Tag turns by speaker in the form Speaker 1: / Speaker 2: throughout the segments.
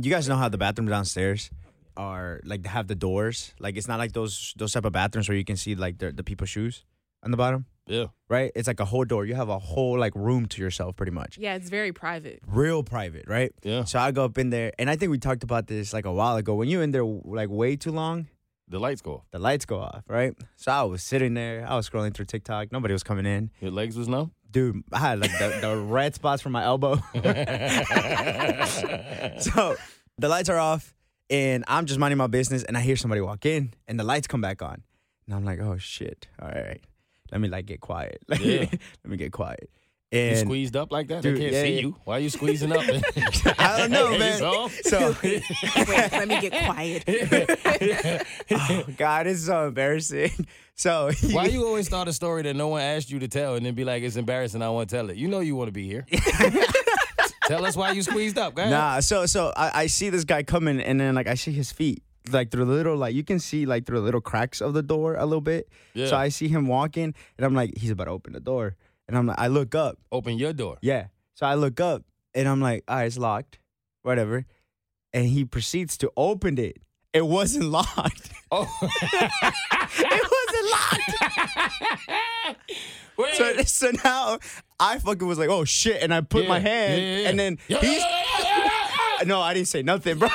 Speaker 1: You guys know how the bathrooms downstairs are like they have the doors. Like it's not like those those type of bathrooms where you can see like the the people's shoes on the bottom,
Speaker 2: Yeah.
Speaker 1: right? It's like a whole door. You have a whole like room to yourself, pretty much.
Speaker 3: Yeah, it's very private.
Speaker 1: Real private, right?
Speaker 2: Yeah.
Speaker 1: So I go up in there, and I think we talked about this like a while ago. When you're in there like way too long,
Speaker 2: The lights go off.
Speaker 1: the lights go off, right? So I was sitting there, I was scrolling through TikTok, nobody was coming in.
Speaker 2: Your legs was numb.
Speaker 1: Dude, I had like the, the red spots from my elbow. so the lights are off, and I'm just minding my business, and I hear somebody walk in, and the lights come back on. And I'm like, oh shit, all right, let me like get quiet. Like,
Speaker 2: Yeah.
Speaker 1: let me get quiet.
Speaker 2: You
Speaker 1: And
Speaker 2: squeezed up like that?
Speaker 1: Dude,
Speaker 2: they can't
Speaker 1: yeah,
Speaker 2: see
Speaker 1: yeah.
Speaker 2: you. Why are you squeezing up?
Speaker 1: I don't know,
Speaker 2: It's
Speaker 1: man.
Speaker 2: off.
Speaker 1: So,
Speaker 3: Wait, let me get quiet.
Speaker 1: oh, God, it's so embarrassing. So,
Speaker 2: Why you always start a story that no one asked you to tell and then be like, it's embarrassing, I want to tell it. You know you want to be here. tell us why you squeezed up, guys.
Speaker 1: Nah, so so I, I see this guy coming, and then like I see his feet, like through the little like you can see like through the little cracks of the door a little bit.
Speaker 2: Yeah.
Speaker 1: So I see him walking, and I'm like, he's about to open the door, and I'm like, I look up,
Speaker 2: Open your door.
Speaker 1: yeah. So I look up, and I'm like, all right, it's locked, whatever. And he proceeds to open it. It wasn't locked.
Speaker 2: Oh.
Speaker 1: it wasn't locked.
Speaker 2: Wait.
Speaker 1: So, so now I fucking was like, oh shit, and I put my
Speaker 2: Yeah,
Speaker 1: hand,
Speaker 2: yeah, yeah.
Speaker 1: and then
Speaker 2: Yeah,
Speaker 1: he's.
Speaker 2: yeah, yeah, yeah, yeah.
Speaker 1: No, I didn't say nothing, bro.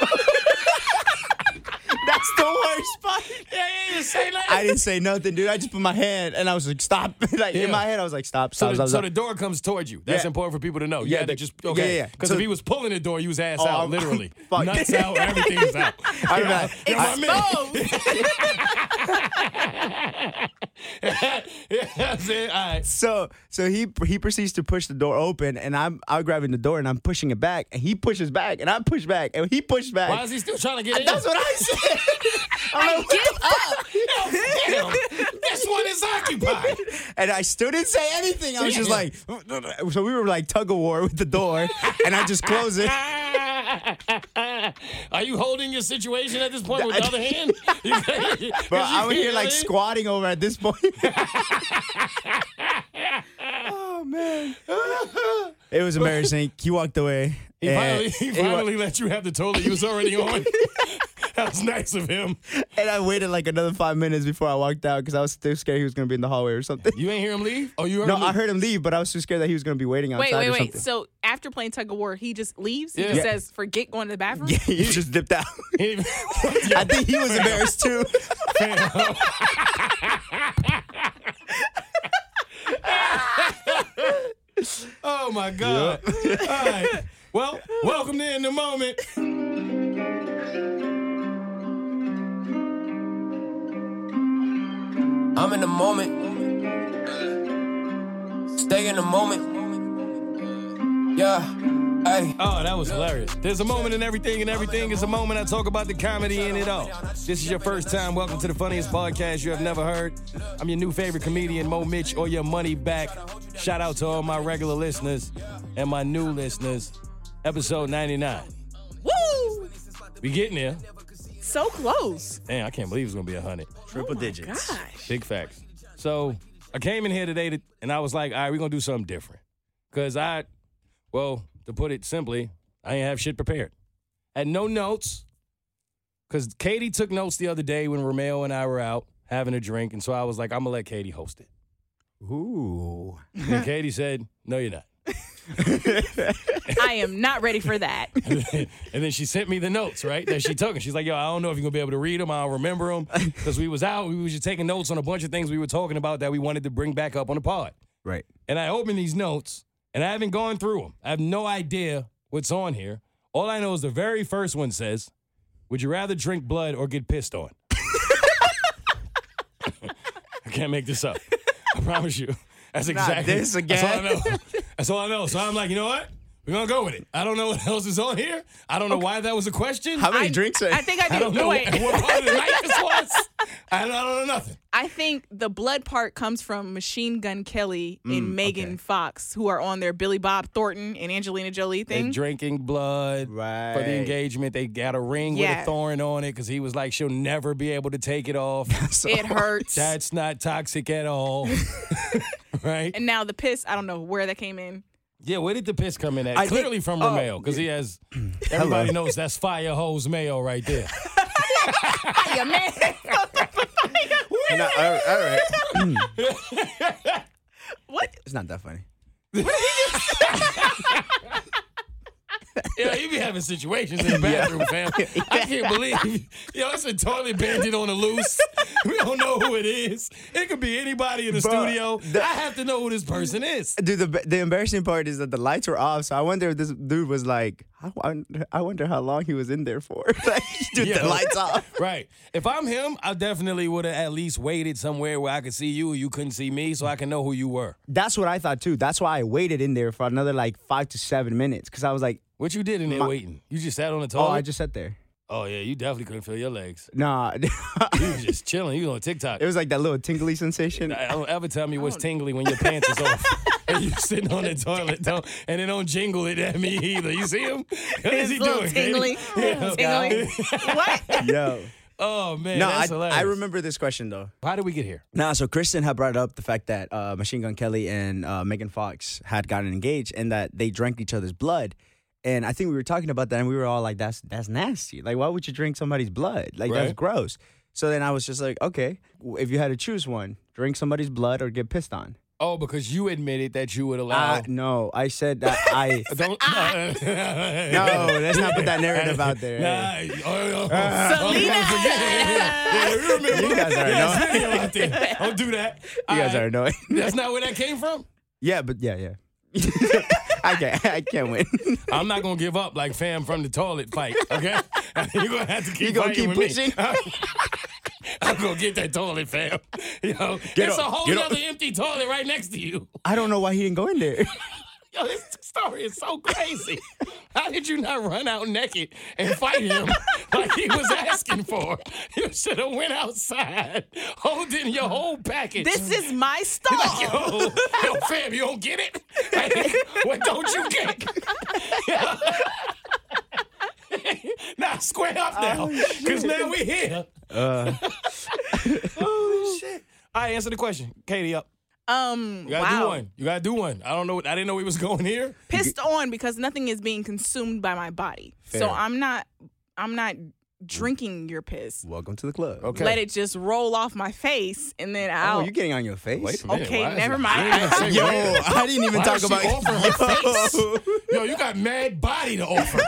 Speaker 1: That's the worst part.
Speaker 2: Yeah, yeah, yeah, say that.
Speaker 1: I didn't say nothing, dude. I just put my hand and I was like, stop. like
Speaker 2: Yeah.
Speaker 1: in my head, I was like, stop, stop,
Speaker 2: So the,
Speaker 1: stop,
Speaker 2: so
Speaker 1: stop.
Speaker 2: the door comes towards you. That's
Speaker 1: Yeah.
Speaker 2: important for people to know.
Speaker 1: Yeah,
Speaker 2: Yeah, they
Speaker 1: the-
Speaker 2: just
Speaker 1: yeah,
Speaker 2: okay.
Speaker 1: yeah.
Speaker 2: Because
Speaker 1: So-
Speaker 2: if he was pulling the door, you was ass
Speaker 1: Oh,
Speaker 2: out,
Speaker 1: I'm-
Speaker 2: literally.
Speaker 1: fuck.
Speaker 2: Nuts out, everything's out.
Speaker 1: I mean, I- I-
Speaker 2: yeah, that's it. All right.
Speaker 1: so so he he proceeds to push the door open and I'm I'm grabbing the door and I'm pushing it back and he pushes back and I push back and he pushed back.
Speaker 2: Why is he still trying to get in?
Speaker 1: That's what I said. I'm like, what the
Speaker 2: Damn, this one is occupied.
Speaker 1: and I still didn't say anything. I was just like, so we were like tug of war with the door, and I just close it.
Speaker 2: Are you holding your situation at this point with the other hand?
Speaker 1: Bro, I was here like squatting over at this point. oh man, it was embarrassing. He walked away.
Speaker 2: He
Speaker 1: and-
Speaker 2: finally, he
Speaker 1: and wa-
Speaker 2: finally let you have the toilet you was already on. that was nice of him.
Speaker 1: and I waited like another five minutes before I walked out because I was still scared he was gonna be in the hallway or something.
Speaker 2: You ain't hear him leave? Oh, you heard
Speaker 1: No,
Speaker 2: him
Speaker 1: I
Speaker 2: leave?
Speaker 1: heard him leave, but I was too scared that he was gonna be waiting outside
Speaker 3: Wait, wait,
Speaker 1: or
Speaker 3: wait.
Speaker 1: something.
Speaker 3: So after playing tug of war, he just leaves. He
Speaker 2: Yeah.
Speaker 3: just
Speaker 2: Yeah.
Speaker 3: says, "Forget going to the bathroom."
Speaker 1: Yeah, he just dipped out.
Speaker 2: I
Speaker 1: I think he was embarrassed too.
Speaker 2: Oh my God. All right. Well, welcome to In the Moment.
Speaker 4: I'm in the moment. Stay in the moment. Yeah, hey.
Speaker 2: Oh, that was hilarious. There's a moment in everything, and everything is a moment. I talk about the comedy in it all. This is your first time. Welcome to the funniest podcast you have never heard. I'm your new favorite comedian, Mo Mitch, or your money back. Shout out to all my regular listeners and my new listeners. Episode 99.
Speaker 3: Woo!
Speaker 2: We getting there.
Speaker 3: So close.
Speaker 2: Damn, I can't believe it's gonna be a hundred.
Speaker 1: Triple digits.
Speaker 3: Gosh.
Speaker 2: Big facts. So I came in here today to, and I was like, all right, we're gonna do something different. Cause I, well, to put it simply, I ain't have shit prepared. Had no notes. Cause Katie took notes the other day when Romeo and I were out having a drink, and so I was like, I'm gonna let Katie host it.
Speaker 1: Ooh.
Speaker 2: And Katie said, No, you're not.
Speaker 3: I am not ready for that.
Speaker 2: and then she sent me the notes, right? That she took, and she's like, "Yo, I don't know if you're gonna be able to read them. I don't remember them because we was out. We was just taking notes on a bunch of things we were talking about that we wanted to bring back up on the pod."
Speaker 1: Right.
Speaker 2: And I opened these notes, and I haven't gone through them. I have no idea what's on here. All I know is the very first one says, "Would you rather drink blood or get pissed on?" I can't make this up. I promise you. That's exactly
Speaker 1: this
Speaker 2: That's all I know. That's all I know. So I'm like, you know what? We're gonna go with it. I don't know what else is on here. I don't know why that was a question.
Speaker 1: How many
Speaker 3: I-
Speaker 1: drinks? Are-
Speaker 3: I think I
Speaker 2: I
Speaker 3: did.
Speaker 2: don't know
Speaker 3: Wait.
Speaker 2: what, what part of the night this was. I don't, I don't know nothing.
Speaker 3: I think the blood part comes from Machine Gun Kelly
Speaker 2: Mm,
Speaker 3: and Megan Fox, who are on their Billy Bob Thornton and Angelina Jolie
Speaker 2: They
Speaker 3: thing.
Speaker 2: drinking blood for
Speaker 1: Right.
Speaker 2: the engagement. They got a ring with a
Speaker 3: Yeah.
Speaker 2: thorn on it because he was like, she'll never be able to take it off.
Speaker 3: it hurts.
Speaker 2: That's not toxic at all, right?
Speaker 3: and now the piss, I don't know where that came in.
Speaker 2: Yeah, where did the piss come in at?
Speaker 1: I think-
Speaker 2: Clearly from
Speaker 1: oh,
Speaker 2: Romeo, because he has. Everybody knows that's fire hose mayo right there.
Speaker 3: Your man.
Speaker 1: No, all right, all right. Hmm.
Speaker 3: what?
Speaker 1: It's not that funny.
Speaker 2: Yeah, you be having situations in the bathroom, fam. I can't believe. Yo, it's a toilet bandit on the loose. We don't know who it is. It could be anybody in the
Speaker 1: Bruh,
Speaker 2: studio.
Speaker 1: the-
Speaker 2: I have to know who this person is.
Speaker 1: Dude, the the embarrassing part is that the lights were off, so I wonder if this dude was like, I, won- I wonder how long he was in there for. Like, dude,
Speaker 2: Yeah.
Speaker 1: the lights off.
Speaker 2: Right. If I'm him, I definitely would have at least waited somewhere where I could see you or you couldn't see me so I can know who you were.
Speaker 1: That's what I thought too. That's why I waited in there for another like five to seven minutes because I was like,
Speaker 2: What you did in there waiting? You just sat on the
Speaker 1: oh,
Speaker 2: toilet?
Speaker 1: I just sat there.
Speaker 2: oh yeah, you definitely couldn't feel your legs.
Speaker 1: Nah,
Speaker 2: You was just chilling. You was on TikTok.
Speaker 1: it was like that little tingly sensation.
Speaker 2: I don't ever tell me what's tingly when your pants is off. And you sitting on the toilet, don't, and it don't jingle it at me either. You see him? What is he
Speaker 3: It's a little
Speaker 2: doing?
Speaker 3: tingly.
Speaker 2: Katie? Yeah.
Speaker 3: Tingly. what?
Speaker 1: Yo,
Speaker 2: Oh man,
Speaker 1: no, I,
Speaker 2: that's hilarious.
Speaker 1: I remember this question though.
Speaker 2: How did we get here?
Speaker 1: Nah, so Kristen had brought up the fact that uh, Machine Gun Kelly and uh, Megan Fox had gotten engaged and that they drank each other's blood. And I think we were talking about that, and we were all like, "That's that's nasty. Like, why would you drink somebody's blood? Like, that's
Speaker 2: Right.
Speaker 1: gross." So then I was just like, "Okay, w- if you had to choose one, drink somebody's blood or get pissed on."
Speaker 2: Oh, because you admitted that you would allow.
Speaker 1: I- no, I said that I.
Speaker 2: don't. no.
Speaker 1: no, let's not put that narrative out there.
Speaker 2: Nah, oh, oh, oh,
Speaker 3: Selena.
Speaker 2: don't forget it. Yeah, yeah, you remember?
Speaker 1: You guys are
Speaker 2: Yeah, it's video out there. Don't do that.
Speaker 1: You guys
Speaker 2: All
Speaker 1: are
Speaker 2: right.
Speaker 1: annoying.
Speaker 2: That's not where that came from.
Speaker 1: yeah, but yeah, yeah. I can't. I can't win.
Speaker 2: I'm not gonna give up like fam from the toilet fight. Okay, you're gonna have to keep.
Speaker 1: You gonna
Speaker 2: fighting
Speaker 1: keep
Speaker 2: with me.
Speaker 1: pushing?
Speaker 2: I'm gonna get that toilet, fam. Yo,
Speaker 1: Get
Speaker 2: it's
Speaker 1: up,
Speaker 2: a whole
Speaker 1: get up.
Speaker 2: other empty toilet right next to you.
Speaker 1: I don't know why he didn't go in there.
Speaker 2: Yo, this story is so crazy. How did you not run out naked and fight him like he was asking for? You should have went outside holding your whole package.
Speaker 3: This is my stall.
Speaker 2: Yo, yo, fam, you don't get it? what don't you get? now square up now, because now we here. Uh. oh, shit. All right, answer the question. Katie, up.
Speaker 3: Um,
Speaker 2: You gotta do
Speaker 3: wow.
Speaker 2: one. You gotta do one. I don't know. I didn't know he was going here.
Speaker 3: Pissed on because nothing is being consumed by my body. So
Speaker 1: Fair.
Speaker 3: I'm not. I'm not drinking your piss.
Speaker 1: Welcome to the club.
Speaker 2: Okay.
Speaker 3: Let it just roll off my face, and then
Speaker 1: Oh,
Speaker 3: I'll.
Speaker 1: you getting on your face?
Speaker 3: Okay,
Speaker 2: Why is
Speaker 3: never
Speaker 2: it-
Speaker 3: mind.
Speaker 2: I didn't even say
Speaker 1: Oh, Yo,
Speaker 2: where.
Speaker 1: I didn't even
Speaker 2: Why
Speaker 1: talk
Speaker 2: does she
Speaker 1: about
Speaker 2: offer her face? Yo, you got mad body to offer.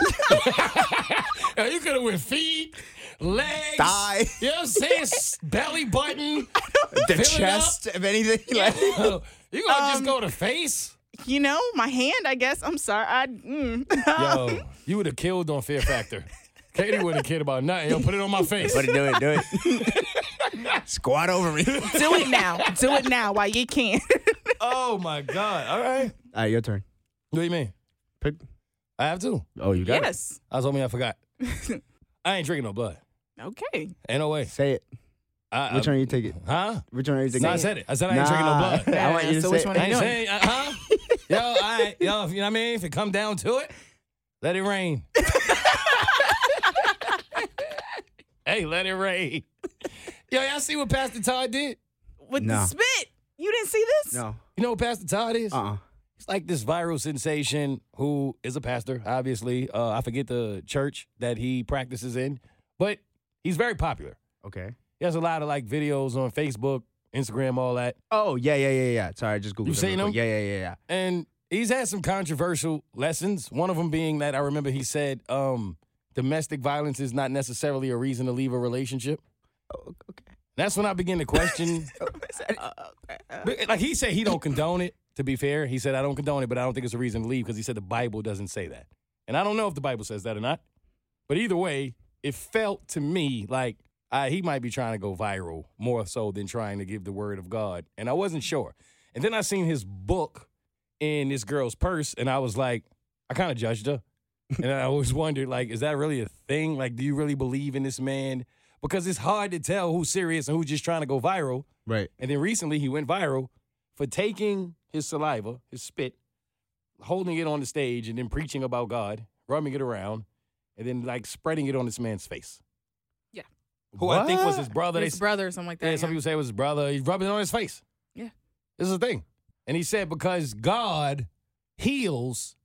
Speaker 2: Yo, you could have went feet, legs,
Speaker 1: Thigh.
Speaker 2: You know what I'm saying? S- Belly button.
Speaker 1: the
Speaker 2: Fill it
Speaker 1: chest, if anything. Like,
Speaker 2: you gonna just go to face?
Speaker 3: you know, my hand. I guess. I'm sorry. I. Mm.
Speaker 2: Yo, you would have killed on Fear Factor. Katie wouldn't have cared about nothing. Yo, put it on my face.
Speaker 1: but do it, do it. Squat over me. All
Speaker 3: do it now. Do it now while you can.
Speaker 2: Oh my God. All right.
Speaker 1: right, your turn.
Speaker 2: What do you mean?
Speaker 1: Pick.
Speaker 2: I have to.
Speaker 1: Oh, you got
Speaker 3: yes.
Speaker 2: I told me I forgot. I ain't drinking no blood.
Speaker 3: Okay.
Speaker 2: Ain't no
Speaker 1: it.
Speaker 2: way.
Speaker 1: Say it.
Speaker 2: I,
Speaker 1: Which
Speaker 2: I,
Speaker 1: one are you taking?
Speaker 2: Huh?
Speaker 1: Which one are you taking?
Speaker 2: No, I said it. I said I ain't drinking no blood.
Speaker 1: I want you to
Speaker 3: So
Speaker 1: say
Speaker 3: which one
Speaker 1: it.
Speaker 2: I ain't
Speaker 3: doing?
Speaker 2: saying, uh huh. yo, I, yo, if- you know what I mean? If it come down to it, let it rain. hey, let it rain. Yo, y'all see what Pastor Todd did?
Speaker 3: With
Speaker 1: No.
Speaker 3: the spit. You didn't see this?
Speaker 1: No.
Speaker 2: You know what Pastor Todd is?
Speaker 1: Uh-uh.
Speaker 2: It's like this viral sensation who is a pastor, obviously. Uh, I forget the church that he practices in, but he's very popular.
Speaker 1: Okay.
Speaker 2: He has a lot of like videos on Facebook, Instagram, all that.
Speaker 1: Oh, yeah, yeah, yeah, yeah. Sorry, I just Googled
Speaker 2: You
Speaker 1: it
Speaker 2: seen
Speaker 1: real quick.
Speaker 2: him?
Speaker 1: Yeah, yeah, yeah, yeah.
Speaker 2: and he's had some controversial lessons. One of them being that I remember he said um, domestic violence is not necessarily a reason to leave a relationship.
Speaker 1: Oh, okay.
Speaker 2: That's when I begin to question.
Speaker 3: Oh. Uh,
Speaker 2: uh, like he said, he don't condone it. To be fair, he said I don't condone it, but I don't think it's a reason to leave because he said the Bible doesn't say that, and I don't know if the Bible says that or not. But either way, it felt to me like I, he might be trying to go viral more so than trying to give the word of God, and I wasn't sure. And then I seen his book in this girl's purse, and I was like, I kind of judged her, and I always wondered like, is that really a thing? Like, do you really believe in this man? Because it's hard to tell who's serious and who's just trying to go viral.
Speaker 1: Right.
Speaker 2: And then recently he went viral for taking his saliva, his spit, holding it on the stage and then preaching about God, rubbing it around, and then like spreading it on this man's face.
Speaker 3: Yeah.
Speaker 2: Who I think was his
Speaker 1: What?
Speaker 2: brother.
Speaker 3: His
Speaker 2: they,
Speaker 3: brother or something like that.
Speaker 2: yeah, some people say it was his brother. He's rubbing it on his face.
Speaker 3: Yeah.
Speaker 2: This is the thing. And he said because God heals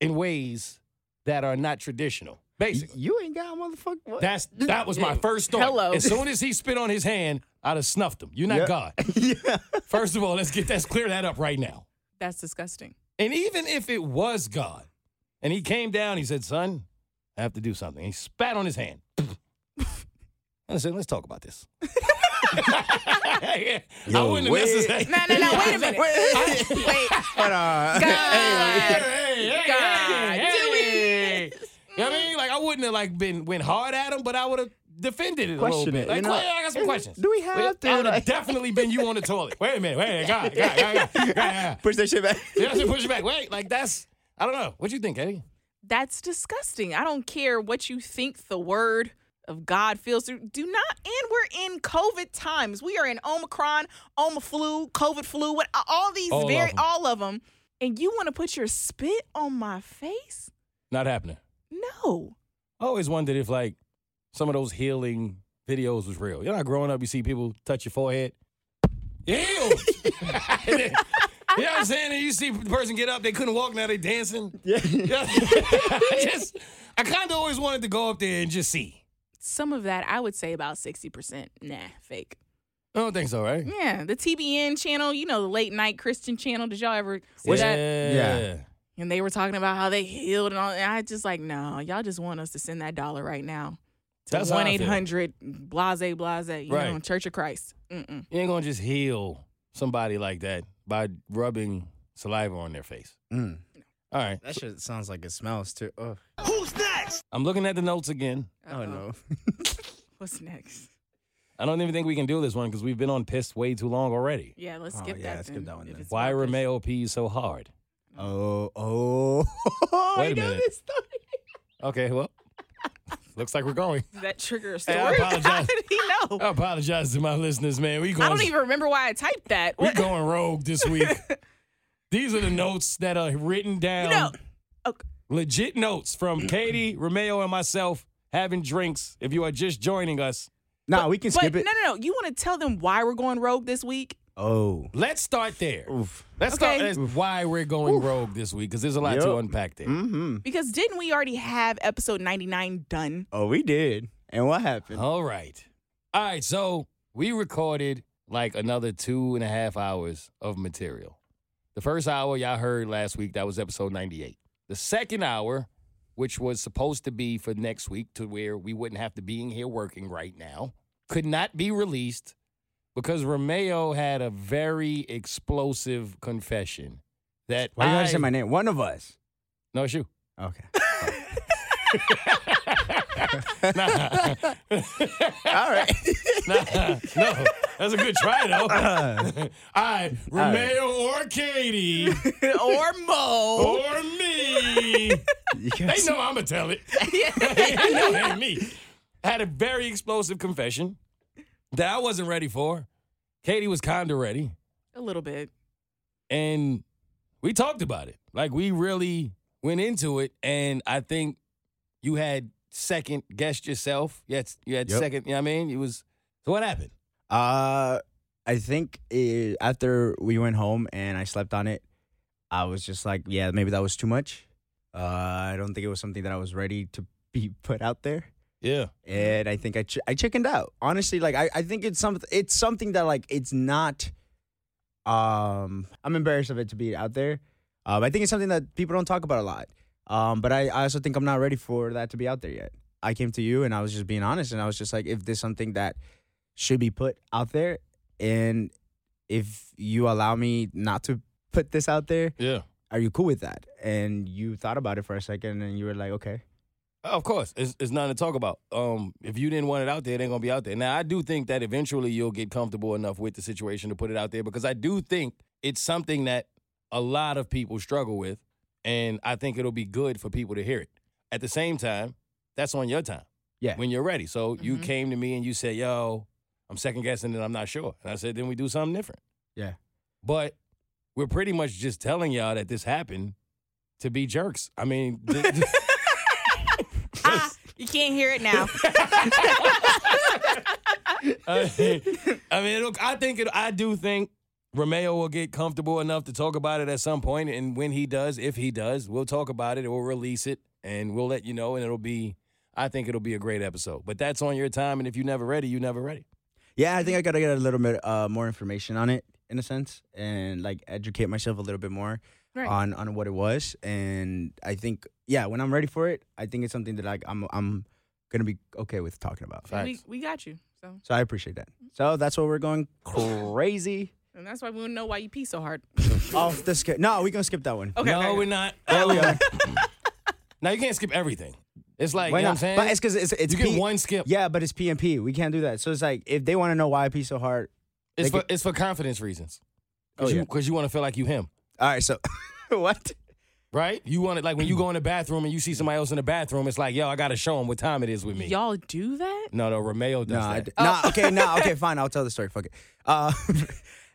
Speaker 2: in ways that are not traditional. Basically,
Speaker 1: You ain't got a motherfucker. What?
Speaker 2: that's that was my first thought.
Speaker 5: Hello.
Speaker 2: As soon as he spit on his hand, I'd have snuffed him. You're not
Speaker 1: Yeah.
Speaker 2: God.
Speaker 1: yeah.
Speaker 2: First of all, let's get let's clear that up right now.
Speaker 5: That's disgusting.
Speaker 2: And even if it was God, and he came down, he said, "Son, I have to do something." He spat on his hand. And I said, "Let's talk about this." I
Speaker 1: Yo,
Speaker 2: wouldn't
Speaker 1: wait.
Speaker 2: necessarily.
Speaker 5: No, no, no. Wait a minute.
Speaker 1: Wait.
Speaker 5: Wait.
Speaker 1: But, uh,
Speaker 5: God. God,
Speaker 2: do it. You know what I mean? Like I wouldn't have like been went hard at him, but I would have defended it a little
Speaker 1: Question
Speaker 2: bit.
Speaker 1: it,
Speaker 2: Like,
Speaker 1: you know?
Speaker 2: wait, I got some questions.
Speaker 1: Do we have to,
Speaker 2: I would have
Speaker 1: like-
Speaker 2: definitely been you on the toilet. Wait a minute, wait a minute, God, God, God, God, God, God.
Speaker 1: push that shit back.
Speaker 2: You have to push it back. Wait, like that's I don't know. What you think, Eddie?
Speaker 5: That's disgusting. I don't care what you think the word of God feels. Do do not, and we're in COVID times. We are in Omicron, Oma flu, COVID flu, what all these
Speaker 2: All of
Speaker 5: very
Speaker 2: them.
Speaker 5: all of them. And you want to put your spit on my face?
Speaker 2: Not happening.
Speaker 5: No.
Speaker 2: I always wondered if like some of those healing videos was real. You know, how growing up, you see people touch your forehead. Ew. you know what I'm saying? And you see the person get up, they couldn't walk, now they dancing.
Speaker 1: Yeah.
Speaker 2: Yeah. I just, I kind of always wanted to go up there and just see.
Speaker 5: Some of that I would say about 60%. Nah, fake.
Speaker 2: I don't think so, right?
Speaker 5: Yeah, the TBN channel, you know, the late night Christian channel. Did y'all ever see that?
Speaker 1: Yeah.
Speaker 5: And they were talking about how they healed and all. And I just like, no, y'all just want us to send that dollar right now to
Speaker 2: That's how I
Speaker 5: one
Speaker 2: feel.
Speaker 5: eight hundred blase blase, you
Speaker 2: Right.
Speaker 5: know, Church of Christ. Mm-mm.
Speaker 2: You ain't gonna just heal somebody like that by rubbing saliva on their face.
Speaker 1: Mm.
Speaker 2: All right.
Speaker 1: That shit sounds like it smells too. Ugh.
Speaker 2: I'm looking at the notes again.
Speaker 1: Oh no.
Speaker 5: Uh-uh. What's next?
Speaker 2: I don't even think we can do this one because we've been on piss way too long already.
Speaker 5: Yeah, let's
Speaker 1: Oh,
Speaker 5: skip
Speaker 1: yeah,
Speaker 5: that.
Speaker 1: let's skip
Speaker 5: then,
Speaker 1: that one
Speaker 5: if
Speaker 1: then.
Speaker 5: it's
Speaker 2: Why
Speaker 5: about this.
Speaker 2: Romeo pees so hard?
Speaker 1: Oh, oh.
Speaker 2: Wait
Speaker 1: I
Speaker 2: a
Speaker 1: know
Speaker 2: minute.
Speaker 1: this story.
Speaker 2: Okay, well, looks like we're going.
Speaker 5: Does that trigger a story?
Speaker 2: Hey, I
Speaker 5: How
Speaker 2: apologize.
Speaker 5: did he know?
Speaker 2: I apologize to my listeners, man. We going,
Speaker 5: I don't even remember why I typed that.
Speaker 2: we
Speaker 5: What?
Speaker 2: going rogue this week. These are the notes that are written down.
Speaker 5: No. Okay.
Speaker 2: Legit notes from Katie, Romeo, and myself having drinks. If you are just joining us,
Speaker 1: Nah, we can
Speaker 5: But
Speaker 1: skip
Speaker 5: no,
Speaker 1: it.
Speaker 5: no, no. You want to tell them why we're going rogue this week?
Speaker 1: Oh.
Speaker 2: let's start there.
Speaker 1: Oof.
Speaker 2: Let's
Speaker 5: Okay.
Speaker 2: start. That's why we're going rogue this week because there's a lot to
Speaker 1: Yup.
Speaker 2: unpack there.
Speaker 1: Mm-hmm.
Speaker 5: Because didn't we already have episode 99 done?
Speaker 1: Oh, we did. And what happened?
Speaker 2: All right. All right. So we recorded like another two and a half hours of material. The first hour y'all heard last week, that was episode 98. The second hour, which was supposed to be for next week, to where we wouldn't have to be in here working right now, could not be released because Romeo had a very explosive confession that
Speaker 1: Why you
Speaker 2: I,
Speaker 1: gotta say my name? One of us.
Speaker 2: no it's you.
Speaker 1: Okay.
Speaker 2: Nah.
Speaker 1: All right.
Speaker 2: nah, no, that's a good try though. I Romeo or Katie
Speaker 5: or Mo?
Speaker 2: or me.
Speaker 1: You
Speaker 2: They
Speaker 1: guys-
Speaker 2: know I'ma tell it. they know it ain't me. Had a very explosive confession that I wasn't ready for. Katie was kinda ready.
Speaker 5: A little bit.
Speaker 2: And we talked about it. Like we really went into it. And I think you had second guessed yourself. Yes, you had
Speaker 1: Yep.
Speaker 2: second, you know what I mean? It was so what happened?
Speaker 1: Uh, I think it, after we went home and I slept on it, I was just like, yeah, maybe that was too much. Uh, I don't think it was something that I was ready to be put out there.
Speaker 2: Yeah.
Speaker 1: And I think I ch- I chickened out. Honestly, like I, I think it's something it's something that like it's not um I'm embarrassed of it to be out there. Um I think it's something that people don't talk about a lot. Um but I, I also think I'm not ready for that to be out there yet. I came to you and I was just being honest and I was just like if there's something that should be put out there and if you allow me not to put this out there,
Speaker 2: Yeah.
Speaker 1: are you cool with that? And you thought about it for a second and you were like, okay.
Speaker 2: Of course, it's, it's nothing to talk about. Um, if you didn't want it out there, it ain't gonna be out there. Now, I do think that eventually you'll get comfortable enough with the situation to put it out there because I do think it's something that a lot of people struggle with, and I think it'll be good for people to hear it. At the same time, that's on your time.
Speaker 1: Yeah.
Speaker 2: When you're ready. So you
Speaker 5: Mhm.
Speaker 2: came to me and you said, "Yo, I'm second guessing and I'm not sure," and I said, "Then we do something different."
Speaker 1: Yeah.
Speaker 2: But we're pretty much just telling y'all that this happened to be jerks. I mean. th-
Speaker 5: Ah, you can't hear it now.
Speaker 2: I mean, I mean, it'll, I think it, I do think Romeo will get comfortable enough to talk about it at some point, and when he does, if he does, we'll talk about it. We'll release it, and we'll let you know. And it'll be, I think it'll be a great episode. But that's on your time, and if you're never ready, you're never ready.
Speaker 1: Yeah, I think I gotta get a little bit uh, more information on it in a sense, and like educate myself a little bit more
Speaker 3: Right.
Speaker 1: on on what it was. And I think, yeah, when I'm ready for it, I think it's something that like I'm I'm gonna be okay with talking about.
Speaker 3: we, we got you. So,
Speaker 1: So I appreciate that. So that's why we're going crazy
Speaker 3: and that's why we don't know why you pee so hard.
Speaker 1: off the skip. No, we gonna skip that one.
Speaker 3: Okay.
Speaker 2: no,
Speaker 3: okay, okay.
Speaker 2: we're not.
Speaker 1: There we are.
Speaker 2: now you can't skip everything. It's like
Speaker 1: Why
Speaker 2: you know
Speaker 1: not?
Speaker 2: what I'm saying.
Speaker 1: But it's because it's it's
Speaker 2: you get
Speaker 1: P-
Speaker 2: one skip.
Speaker 1: Yeah, but it's P and P. We can't do that. So it's like if they want to know why I pee so hard.
Speaker 2: it's
Speaker 1: they
Speaker 2: for
Speaker 1: get-
Speaker 2: it's for confidence reasons. Cause
Speaker 1: Oh,
Speaker 2: you
Speaker 1: yeah.
Speaker 2: because you want to feel like you him,
Speaker 1: All right, so what?
Speaker 2: right? You want it like when you go in the bathroom and you see somebody else in the bathroom. It's like yo, I gotta show him what time it is with me.
Speaker 3: Y'all do that?
Speaker 2: No, no, Romeo does
Speaker 1: No, I
Speaker 2: that.
Speaker 1: d- nah, okay, no, okay, fine. I'll tell the story. Fuck it. Uh,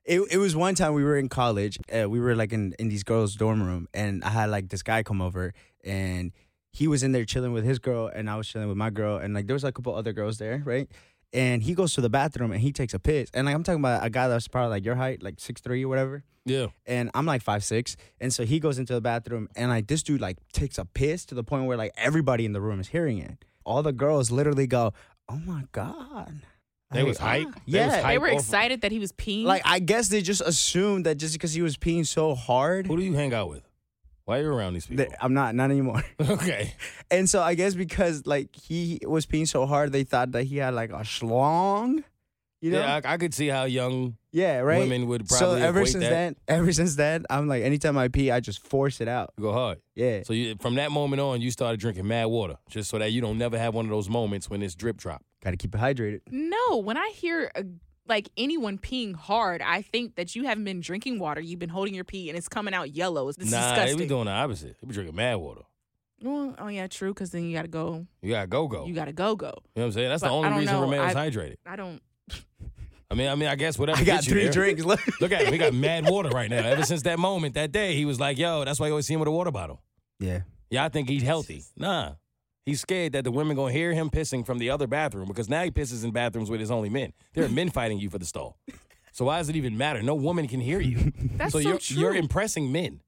Speaker 1: it, it was one time we were in college. Uh, we were like in, in these girls' dorm room, and I had like this guy come over, and he was in there chilling with his girl, and I was chilling with my girl, and like there was like, a couple other girls there, right? And he goes to the bathroom and he takes a piss, and like I'm talking about a guy that's probably like your height, like six three or whatever.
Speaker 2: Yeah.
Speaker 1: and I'm like five six, and so he goes into the bathroom, and like this dude like takes a piss to the point where like everybody in the room is hearing it. All the girls literally go, "Oh my god!"
Speaker 2: They
Speaker 1: Like,
Speaker 2: was hype.
Speaker 1: ah.
Speaker 2: They was
Speaker 1: yeah,
Speaker 2: hype.
Speaker 3: They were
Speaker 2: off-
Speaker 3: excited that he was peeing.
Speaker 1: like I guess they just assumed that just because he was peeing so hard,
Speaker 2: Who do you hang out with? Why are you around these people?
Speaker 1: that I'm not not anymore.
Speaker 2: okay.
Speaker 1: And so I guess because like he was peeing so hard, they thought that he had like a schlong. You know?
Speaker 2: Yeah, I, I could see how young
Speaker 1: Yeah, right.
Speaker 2: women would
Speaker 1: so
Speaker 2: probably
Speaker 1: ever
Speaker 2: equate
Speaker 1: since
Speaker 2: that.
Speaker 1: then, ever since then, I'm like, anytime I pee, I just force it out.
Speaker 2: You go hard.
Speaker 1: Yeah.
Speaker 2: So you, from that moment on, you started drinking mad water, just so that you don't never have one of those moments when it's drip drop.
Speaker 1: Gotta keep it hydrated.
Speaker 3: No, when I hear a, like anyone peeing hard, I think that you haven't been drinking water. You've been holding your pee and it's coming out yellow. It's it's
Speaker 2: nah,
Speaker 3: disgusting.
Speaker 2: they be doing the opposite. They be drinking mad water.
Speaker 3: Well, oh yeah, true. Because then you gotta go.
Speaker 2: You got go go.
Speaker 3: You
Speaker 2: You know
Speaker 3: gotta go go.
Speaker 2: what I'm saying? That's
Speaker 3: But
Speaker 2: the
Speaker 3: I
Speaker 2: only
Speaker 3: don't
Speaker 2: reason
Speaker 3: know.
Speaker 2: Romeo's
Speaker 3: I-
Speaker 2: hydrated.
Speaker 3: I don't.
Speaker 2: I mean, I mean, I guess whatever.
Speaker 1: I got
Speaker 2: gets you
Speaker 1: three
Speaker 2: there.
Speaker 1: drinks. Look.
Speaker 2: Look at him. He got mad water right now. Ever since that moment, that day, he was like, "Yo, that's why you always see him with a water bottle."
Speaker 1: Yeah.
Speaker 2: Yeah, I think he's healthy. Nah. He's scared that the women gonna hear him pissing from the other bathroom because now he pisses in bathrooms with his only men. There are men fighting you for the stall. So why does it even matter? No woman can hear you.
Speaker 3: That's
Speaker 2: so
Speaker 3: so,
Speaker 2: you're
Speaker 3: true.
Speaker 2: you're impressing men.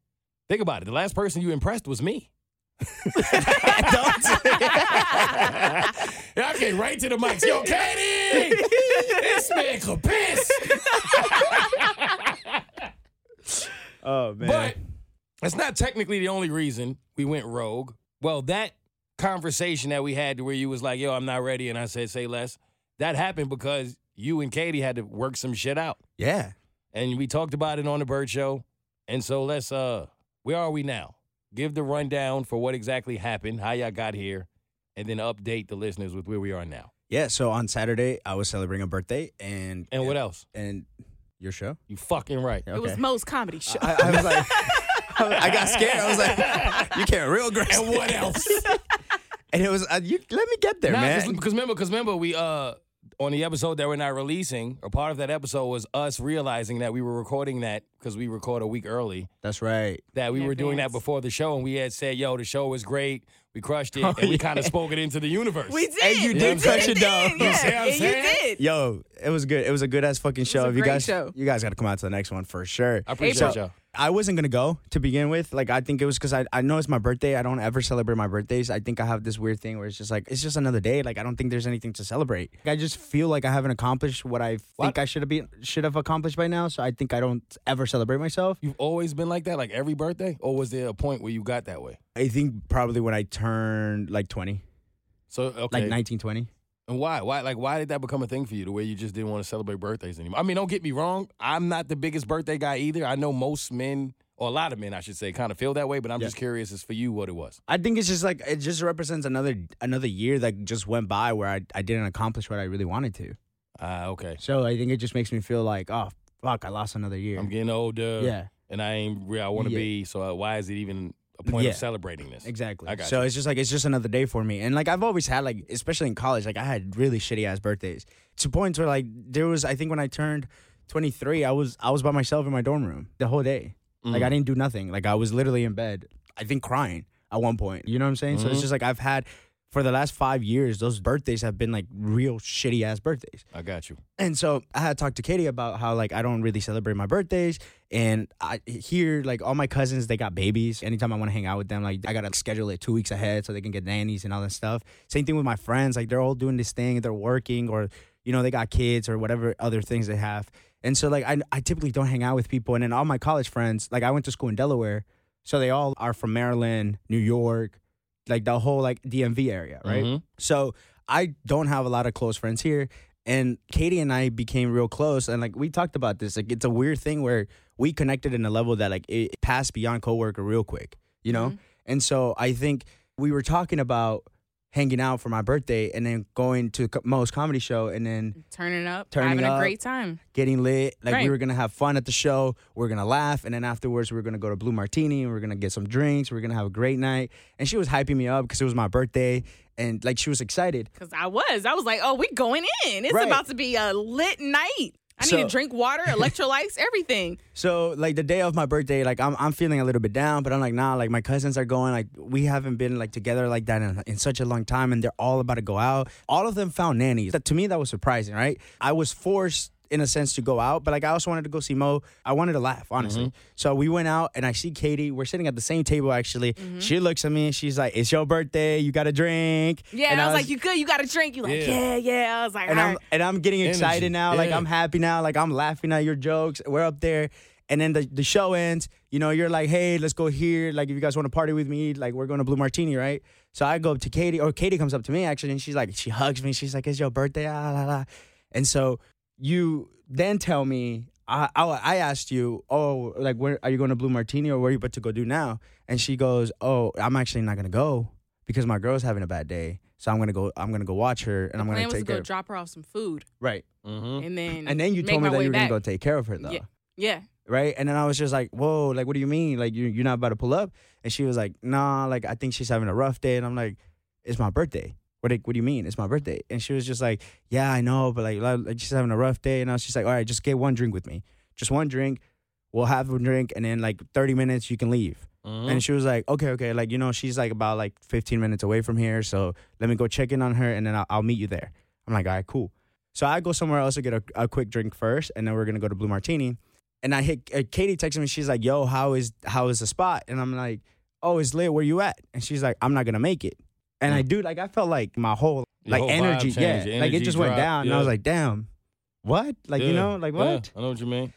Speaker 2: Think about it. The last person you impressed was me. And I came right to the mics. Yo, Katie, this man could piss.
Speaker 1: Oh man.
Speaker 2: But that's not technically the only reason we went rogue. Well, that conversation that we had where you was like, yo, I'm not ready, and I said, say less, that happened because you and Katie had to work some shit out.
Speaker 1: yeah.
Speaker 2: And we talked about it on the Bird Show. And so let's uh where are we now? Give the rundown for what exactly happened, how y'all got here, and then update the listeners with where we are now.
Speaker 1: Yeah. So on Saturday, I was celebrating a birthday, and
Speaker 2: And what else?
Speaker 1: And your show.
Speaker 2: You fucking right.
Speaker 1: Yeah,
Speaker 3: It was Mo's comedy show.
Speaker 1: I, I was like, I got scared. I was like, you can't real aggressive.
Speaker 2: And what else?
Speaker 1: And it was, uh, you let me get there, man.
Speaker 2: Because remember, because remember, we uh on the episode that we're not releasing, or part of that episode was us realizing that we were recording that because we record a week early.
Speaker 1: That's right.
Speaker 2: That we
Speaker 3: In
Speaker 2: were doing that
Speaker 3: advance.
Speaker 2: before the show, and we had said, "Yo, the show was great. We crushed it,
Speaker 1: Oh,
Speaker 2: and we
Speaker 1: yeah.
Speaker 2: kind of spoke it into the universe."
Speaker 3: we did.
Speaker 1: Hey, you
Speaker 3: We
Speaker 1: did
Speaker 2: crush
Speaker 3: we
Speaker 2: it, though.
Speaker 3: did,
Speaker 2: You
Speaker 3: Yeah.
Speaker 2: see what I'm
Speaker 3: and
Speaker 2: saying?
Speaker 3: you did.
Speaker 1: Yo, it was good. It was a good ass fucking show.
Speaker 3: a
Speaker 1: If you
Speaker 3: great
Speaker 1: guys,
Speaker 3: show.
Speaker 1: you guys got to come out to the next one for sure.
Speaker 2: I appreciate
Speaker 3: April.
Speaker 2: y'all.
Speaker 1: I wasn't gonna go to begin with. Like I think it was because I, I know it's my birthday. I don't ever celebrate my birthdays. I think I have this weird thing where it's just like it's just another day. Like I don't think there's anything to celebrate. I just feel like I haven't accomplished what I think
Speaker 2: What?
Speaker 1: I should have been should have accomplished by now. So I think I don't ever celebrate myself.
Speaker 2: You've always been like that, like every birthday, or was there a point where you got that way?
Speaker 1: I think probably when I turned like twenty,
Speaker 2: So okay,
Speaker 1: like nineteen twenty.
Speaker 2: and why, why, like, why did that become a thing for you? The way you just didn't want to celebrate birthdays anymore. I mean, don't get me wrong, I'm not the biggest birthday guy either. I know most men, or a lot of men, I should say, kind of feel that way. But I'm
Speaker 1: Yeah.
Speaker 2: just curious as for you what it was.
Speaker 1: I think it's just like it just represents another another year that just went by where I, I didn't accomplish what I really wanted to.
Speaker 2: Ah, okay.
Speaker 1: So I think it just makes me feel like oh fuck I lost another year.
Speaker 2: I'm getting older.
Speaker 1: yeah.
Speaker 2: And I ain't where I want to
Speaker 1: Yeah.
Speaker 2: be. So uh, why is it even a point
Speaker 1: Yeah.
Speaker 2: of celebrating this?
Speaker 1: Exactly.
Speaker 2: I got
Speaker 1: so
Speaker 2: you.
Speaker 1: it's just like it's just another day for me. And like I've always had like especially in college, like I had really shitty ass birthdays. To points where like there was I think when I turned twenty three, I was I was by myself in my dorm room the whole day. Like I
Speaker 2: Mm.
Speaker 1: didn't
Speaker 2: Mm-hmm.
Speaker 1: do nothing. Like I was literally in bed, I think crying at one point. You know what I'm saying? So it's just like I've had for the last five years, those birthdays have been like real shitty ass birthdays.
Speaker 2: I got you.
Speaker 1: And so I had talked to Katie about how like I don't really celebrate my birthdays, and I here like all my cousins they got babies. Anytime I want to hang out with them, like I gotta schedule it two weeks ahead so they can get nannies and all that stuff. Same thing with my friends, like they're all doing this thing, they're working or you know they got kids or whatever other things they have. And so like I I typically don't hang out with people, and then all my college friends like I went to school in Delaware, so they all are from Maryland, New York, like the whole like DMV area, right?
Speaker 2: Mhm.
Speaker 1: So I don't have a lot of close friends here. And Katie and I became real close. And like we talked about this. Like it's a weird thing where we connected in a level that like it passed beyond coworker real quick, you know? And so I think we were talking about hanging out for my birthday and then going to co- Mo's comedy show and then
Speaker 5: Turning up,
Speaker 1: Turning
Speaker 5: having
Speaker 1: up.
Speaker 5: a great time.
Speaker 1: getting lit. Like we
Speaker 5: Right.
Speaker 1: were gonna have fun at the show. We are gonna laugh. And then afterwards we were gonna go to Blue Martini and we are gonna get some drinks. We are gonna have a great night. And she was hyping me up because it was my birthday. And like she was excited.
Speaker 3: Cause I was, I was like, oh, we going in. It's
Speaker 1: Right.
Speaker 3: about to be a lit night. I
Speaker 1: So-
Speaker 3: need to drink water, electrolytes, everything.
Speaker 1: So like the day of my birthday, like I'm I'm feeling a little bit down, but I'm like, nah, like my cousins are going, like we haven't been like together like that in, in such a long time, and they're all about to go out. All of them found nannies. That, to me, that was surprising, right? I was forced in a sense to go out, but like I also wanted to go see Mo. I wanted to laugh, honestly. So we went out, and I see Katie. We're sitting at the same table actually.
Speaker 3: Mm-hmm.
Speaker 1: She looks at me, and she's like, "It's your birthday. You got a drink."
Speaker 3: Yeah, and,
Speaker 1: And
Speaker 3: I, was, like, you good? You got a drink? You like, yeah,
Speaker 2: Yeah.
Speaker 3: yeah. I was like,
Speaker 1: and
Speaker 3: all
Speaker 1: I'm
Speaker 3: right.
Speaker 1: and I'm getting excited
Speaker 2: Energy,
Speaker 1: now. Like
Speaker 2: yeah.
Speaker 1: I'm happy now. Like I'm laughing at your jokes. We're up there, and then the, the show ends. You know, you're like, hey, let's go here. Like if you guys want to party with me, like we're going to Blue Martini, right? So I go up to Katie, or Katie comes up to me actually, and she's like, she hugs me. She's like, it's your birthday, ah, la la. And so you then tell me. I, I, I asked you, oh, like, where are you going to Blue Martini or where are you about to go do now? And she goes, oh, I'm actually not going to go because my girl's having a bad day. So I'm going to go, I'm going to go watch her and I'm going
Speaker 5: Plan was to
Speaker 1: take
Speaker 5: go
Speaker 1: care of
Speaker 5: drop her off some food,
Speaker 1: Right.
Speaker 2: Mm-hmm.
Speaker 5: and then
Speaker 1: And then you
Speaker 5: Mm, make
Speaker 1: told me
Speaker 5: my
Speaker 1: that
Speaker 5: way
Speaker 1: you were
Speaker 5: back.
Speaker 1: gonna go take care of her though.
Speaker 5: Yeah. Yeah,
Speaker 1: Right? And then I was just like, Whoa, like what do you mean? Like you you're not about to pull up? And she was like, Nah, like I think she's having a rough day. And I'm like, It's my birthday. What like, what do you mean? It's my birthday. And she was just like, Yeah, I know, but like, la- like she's having a rough day. And I was just like, All right, just get one drink with me. Just one drink. We'll have a drink and then like 30 minutes you can leave.
Speaker 2: Mm-hmm.
Speaker 1: And she was like, okay, okay, like you know, she's like about like 15 minutes away from here, so let me go check in on her, and then I'll, I'll meet you there. I'm like, all right, cool. So I go somewhere else to get a, a quick drink first, and then we're gonna go to Blue Martini. And I hit uh, Katie texted me, she's like, yo, how is how is the spot? And I'm like, oh, it's lit. Where you at? And she's like, I'm not gonna make it. And I do like I felt like my whole
Speaker 2: Mm. Your
Speaker 1: like
Speaker 2: whole vibe
Speaker 1: energy,
Speaker 2: changed,
Speaker 1: yeah,
Speaker 2: your
Speaker 1: like it
Speaker 2: energy
Speaker 1: just went
Speaker 2: dropped,
Speaker 1: down, and I
Speaker 2: yeah.
Speaker 1: was like, damn, what? Like you
Speaker 2: Yeah,
Speaker 1: know, like
Speaker 2: yeah,
Speaker 1: what?
Speaker 2: I know what you mean.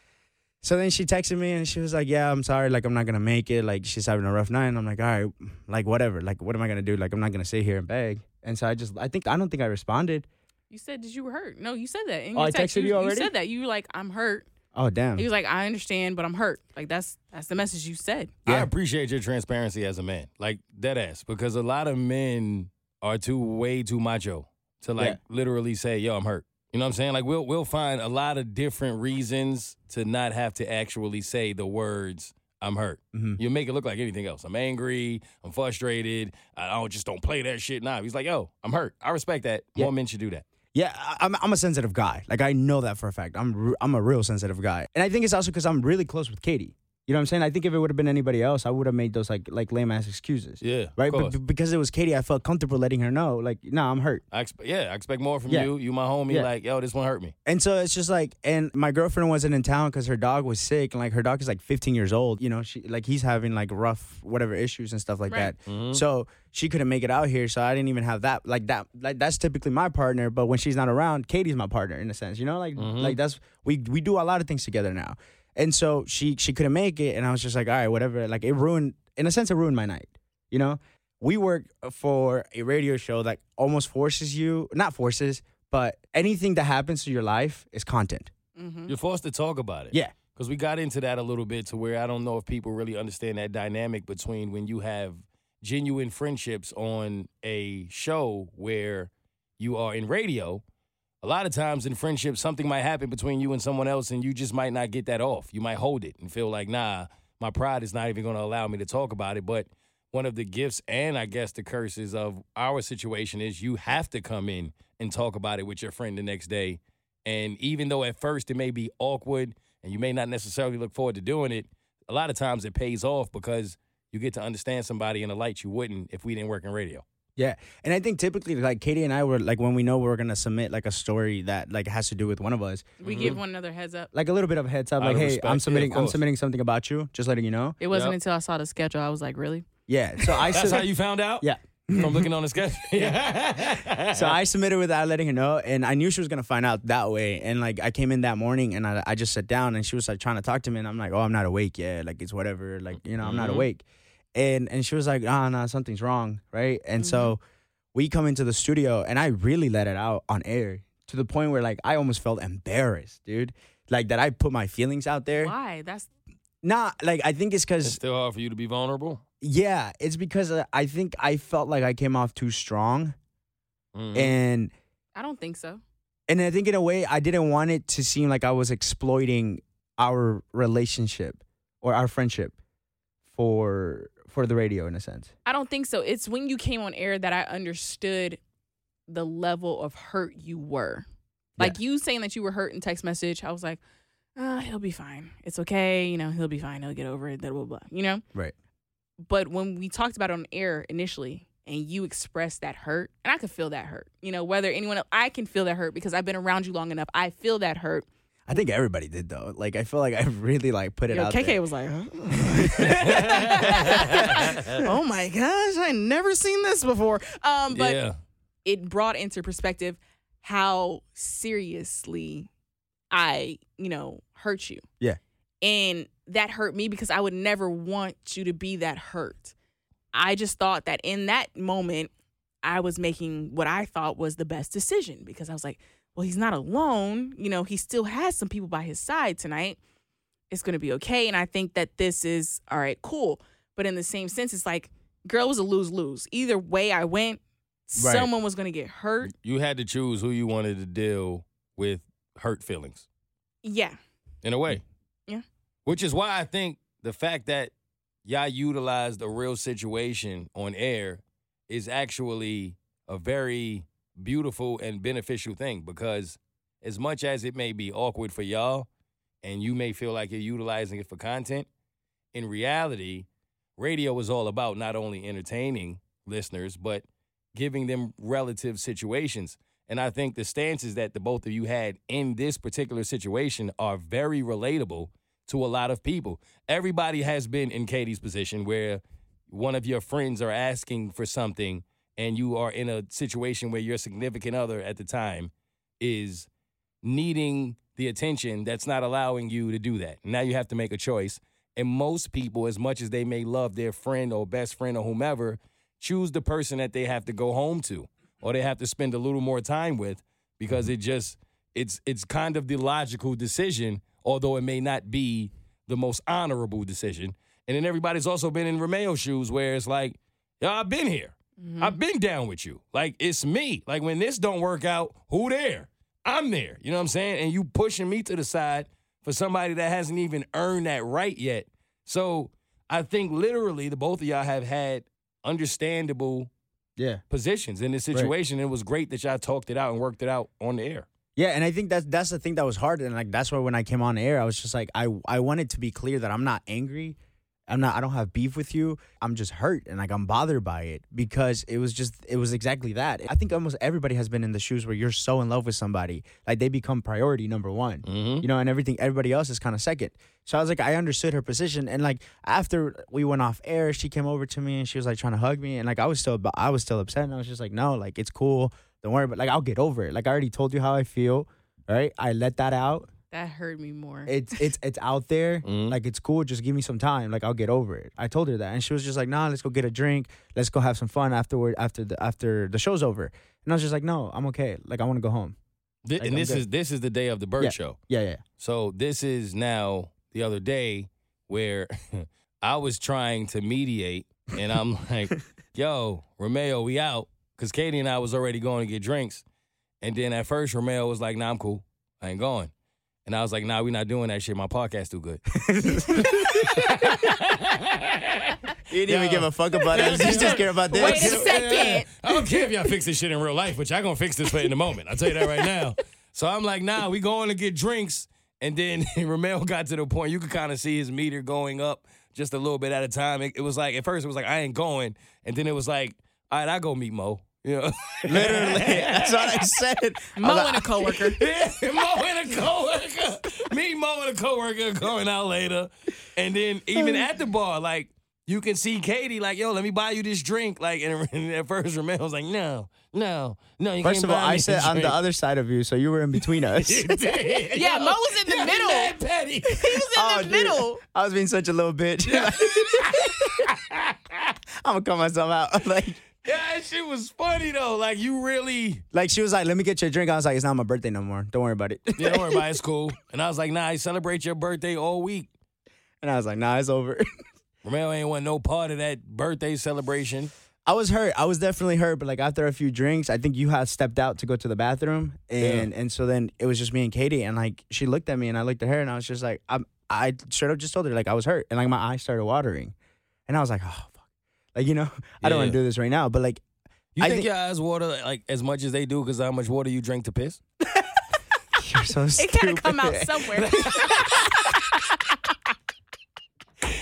Speaker 1: So then she texted me and she was like, "Yeah, I'm sorry. Like, I'm not gonna make it. Like, she's having a rough night." And I'm like, "All right, like whatever. Like, what am I gonna do? Like, I'm not gonna sit here and beg." And so I just, I think, I don't think I responded.
Speaker 5: you said that you were hurt. No, you said that. In
Speaker 1: Oh,
Speaker 5: your
Speaker 1: I
Speaker 5: text.
Speaker 1: texted you already?
Speaker 5: You said that you were like I'm hurt.
Speaker 1: Oh damn.
Speaker 5: He was like I understand, but I'm hurt. Like that's that's the message you said.
Speaker 2: I appreciate your transparency as a man, like dead ass, because a lot of men are too way too macho to like
Speaker 1: Yeah.
Speaker 2: literally say, "Yo, I'm hurt." You know what I'm saying? Like we'll we'll find a lot of different reasons to not have to actually say the words "I'm hurt."
Speaker 1: Mhm.
Speaker 2: You make it look like anything else. I'm angry. I'm frustrated. I don't just don't play that shit. Nah, he's like, "Yo, I'm hurt." I respect that.
Speaker 1: Yeah.
Speaker 2: More men should do that.
Speaker 1: Yeah, I- I'm, I'm a sensitive guy. Like I know that for a fact. I'm re- I'm a real sensitive guy, and I think it's also because I'm really close with Katie. You know what I'm saying? I think if it would have been anybody else, I would have made those like like lame ass excuses.
Speaker 2: Yeah, of
Speaker 1: Right. But
Speaker 2: course.
Speaker 1: b- because it was Katie, I felt comfortable letting her know. Like, nah, I'm hurt.
Speaker 2: I expect, yeah, I expect more from
Speaker 1: Yeah.
Speaker 2: you. You my homie.
Speaker 1: Yeah.
Speaker 2: Like, yo, this one hurt me.
Speaker 1: And so it's just like, and my girlfriend wasn't in town because her dog was sick, and like her dog is like 15 years old. You know, she like he's having like rough whatever issues and stuff like
Speaker 5: Right.
Speaker 1: that. So she couldn't make it out here, so I didn't even have that. Like that, like that's typically my partner, but when she's not around, Katie's my partner in a sense. You know, like like that's we we do a lot of things together now. And so she she couldn't make it, and I was just like, all right, whatever. Like it ruined, in a sense, it ruined my night. You know, we work for a radio show that almost forces you, not forces, but anything that happens to your life is content.
Speaker 5: Mm-hmm.
Speaker 2: You're forced to talk about it.
Speaker 1: Yeah.
Speaker 2: Because we got into that a little bit to where I don't know if people really understand that dynamic between when you have genuine friendships on a show where you are in radio. A lot of times in friendships, something might happen between you and someone else, and you just might not get that off. You might hold it and feel like, nah, my pride is not even going to allow me to talk about it. But one of the gifts and I guess the curses of our situation is you have to come in and talk about it with your friend the next day. And even though at first it may be awkward and you may not necessarily look forward to doing it, a lot of times it pays off because you get to understand somebody in a light you wouldn't if we didn't work in radio.
Speaker 1: Yeah, and I think typically, like Katie and I were like when we know we're gonna submit like a story that like has to do with one of us,
Speaker 5: We give one another heads up.
Speaker 1: like a little bit of a heads up,
Speaker 2: Out
Speaker 1: like
Speaker 2: of
Speaker 1: hey,
Speaker 2: respect, yeah,
Speaker 1: I'm
Speaker 2: of
Speaker 1: submitting, I'm
Speaker 2: course.
Speaker 1: submitting something about you, just letting you know.
Speaker 5: It wasn't
Speaker 2: Yep.
Speaker 5: until I saw the schedule I was like, really?
Speaker 1: Yeah, so I
Speaker 2: That's
Speaker 1: sub-
Speaker 2: how you found out?
Speaker 1: yeah,
Speaker 2: From looking on the schedule? yeah.
Speaker 1: so I submitted without letting her know, and I knew she was gonna find out that way. And like I came in that morning, and I, I just sat down, and she was like trying to talk to me, and I'm like, oh, I'm not awake yet, like it's whatever, like you know, I'm not awake. And and she was like, ah, no, something's wrong, right? And so we come into the studio, and I really let it out on air to the point where like I almost felt embarrassed, dude, like that I put my feelings out there.
Speaker 5: Why? That's
Speaker 1: Nah, like I think it's
Speaker 2: It's
Speaker 1: because
Speaker 2: still hard for you to be vulnerable.
Speaker 1: yeah, it's because uh, I think I felt like I came off too strong,
Speaker 2: Mhm.
Speaker 1: and
Speaker 5: I don't think so.
Speaker 1: and I think in a way I didn't want it to seem like I was exploiting our relationship or our friendship for for the radio in a sense.
Speaker 5: I don't think so. It's when you came on air that I understood the level of hurt you were. Like you saying that you were hurt in text message, I was like, ah, he'll be fine. It's okay. You know, he'll be fine. He'll get over it. Blah, blah, blah. You know?
Speaker 1: Right.
Speaker 5: But when we talked about it on air initially and you expressed that hurt, and I could feel that hurt, you know, whether anyone else, I can feel that hurt because I've been around you long enough. I feel that hurt.
Speaker 1: I think everybody did though. Like I feel like I really like put it
Speaker 5: Yo,
Speaker 1: out
Speaker 5: KK
Speaker 1: there.
Speaker 5: was like, huh?
Speaker 3: oh my gosh, I never seen this before.
Speaker 5: um, but
Speaker 2: yeah.
Speaker 5: it brought into perspective how seriously I, you know, hurt you.
Speaker 1: Yeah.
Speaker 5: And that hurt me because I would never want you to be that hurt. I just thought that in that moment, I was making what I thought was the best decision because I was like, well, he's not alone. You know, he still has some people by his side tonight. It's going to be okay. And I think that this is all right, cool. But in the same sense, it's like, girl, it was a lose lose. Either way I went,
Speaker 1: Right.
Speaker 5: someone was going to get hurt.
Speaker 2: You had to choose who you wanted to deal with hurt feelings
Speaker 5: Yeah.
Speaker 2: in a way.
Speaker 5: Yeah.
Speaker 2: Which is why I think the fact that y'all utilized a real situation on air is actually a very beautiful and beneficial thing because as much as it may be awkward for y'all and you may feel like you're utilizing it for content, in reality, radio is all about not only entertaining listeners, but giving them relative situations. And I think the stances that the both of you had in this particular situation are very relatable to a lot of people. Everybody has been in Katie's position where one of your friends are asking for something and you are in a situation where your significant other at the time is needing the attention that's not allowing you to do that. Now you have to make a choice. And most people, as much as they may love their friend or best friend or whomever, choose the person that they have to go home to or they have to spend a little more time with because it just it's it's kind of the logical decision, although it may not be the most honorable decision. And then everybody's also been in Romeo's shoes where it's like, yo, I've been here. I've been down with you. Like it's me. Like when this don't work out, who there? I'm there. You know what I'm saying? And you pushing me to the side for somebody that hasn't even earned that right yet. So I think literally the both of y'all have had understandable
Speaker 1: Yeah.
Speaker 2: positions in this situation. It was great that y'all talked it out and worked it out on the air.
Speaker 1: Yeah, and I think that's that's the thing that was hard, and like that's why when I came on air, I was just like, I I wanted to be clear that I'm not angry, I'm not, I don't have beef with you. I'm just hurt and like I'm bothered by it because it was just it was exactly that. I think almost everybody has been in the shoes where you're so in love with somebody, like they become priority number one,
Speaker 2: Mhm.
Speaker 1: you know, and everything everybody else is kind of second. So I was like, I understood her position, and like after we went off air, she came over to me and she was like trying to hug me, and like I was still, I was still upset, and I was just like, no, like it's cool, don't worry, but like I'll get over it. Like I already told you how I feel, right? I let that out.
Speaker 5: That hurt me more.
Speaker 1: It's it's it's out there.
Speaker 2: Mhm.
Speaker 1: Like it's cool. Just give me some time. Like I'll get over it. I told her that, and she was just like, "Nah, let's go get a drink. Let's go have some fun afterward. After the after the show's over." And I was just like, "No, I'm okay. Like I want to go home."
Speaker 2: Th-
Speaker 1: Like,
Speaker 2: and
Speaker 1: I'm
Speaker 2: this
Speaker 1: good.
Speaker 2: is this is the day of the bird show.
Speaker 1: Yeah, yeah.
Speaker 2: So this is now the other day where I was trying to mediate, and I'm like, "Yo, Romeo, we out," because Katie and I was already going to get drinks, and then at first Romeo was like, "Nah, I'm cool, I ain't going," and I was like, "Nah, we not doing that shit. My podcast too good."
Speaker 1: He didn't
Speaker 2: even give a
Speaker 1: fuck about us. He just care about
Speaker 5: Wait a second.
Speaker 2: I don't care if y'all fix this shit in real life, which I gonna fix this for in a moment. I'll tell you that right now. So I'm like, nah, we going to get drinks. And then Romeo got to the point you could kind of see his meter going up just a little bit at a time. It, it was like at first it was like I ain't going, and then it was like all right, I go meet Mo. Yeah.
Speaker 1: Literally, that's what I said. I was
Speaker 5: Mo
Speaker 1: like,
Speaker 5: and a coworker.
Speaker 2: Yeah, Mo and a coworker. Me, Mo and a coworker going out later, and then even at the bar, like you can see Katie, like, yo, let me buy you this drink. Like, and, and at first, Ramel was like, no, no, no. You
Speaker 1: First
Speaker 2: can't
Speaker 1: of all,
Speaker 2: buy me
Speaker 1: I said
Speaker 2: this
Speaker 1: on the
Speaker 2: drink."
Speaker 1: other side of you, so you were in between us.
Speaker 2: You did,
Speaker 5: Yeah,
Speaker 2: yo.
Speaker 5: Mo was in the
Speaker 2: Yeah, he
Speaker 5: middle.
Speaker 2: mad petty.
Speaker 1: Oh, dude,
Speaker 5: middle.
Speaker 1: I was being such a little bitch. I'm gonna call myself out. like,
Speaker 2: Yeah, that shit was funny though. Like, you really.
Speaker 1: like she was like, "Let me get you a drink." I was like, "It's not my birthday no more. Don't worry about it."
Speaker 2: Yeah, don't worry about it. It's cool. And I was like, nah, I celebrate your birthday all week.
Speaker 1: and I was like, "Nah, it's over."
Speaker 2: Romeo ain't want no part of that birthday celebration.
Speaker 1: I was hurt. I was definitely hurt. But like after a few drinks, I think you had stepped out to go to the bathroom, and and so then it was just me and Katie, and like she looked at me, and I looked at her, and I was just like, I'm, I straight up just told her like I was hurt, and like my eyes started watering, and I was like, oh fuck, like you know, I don't want to
Speaker 2: Yeah.
Speaker 1: do this right now, but like
Speaker 2: You
Speaker 1: I
Speaker 2: think
Speaker 1: thi-
Speaker 2: your eyes water like as much as they do because how much water you drink to piss?
Speaker 1: you're so
Speaker 5: It
Speaker 1: stupid.
Speaker 5: gotta come out somewhere.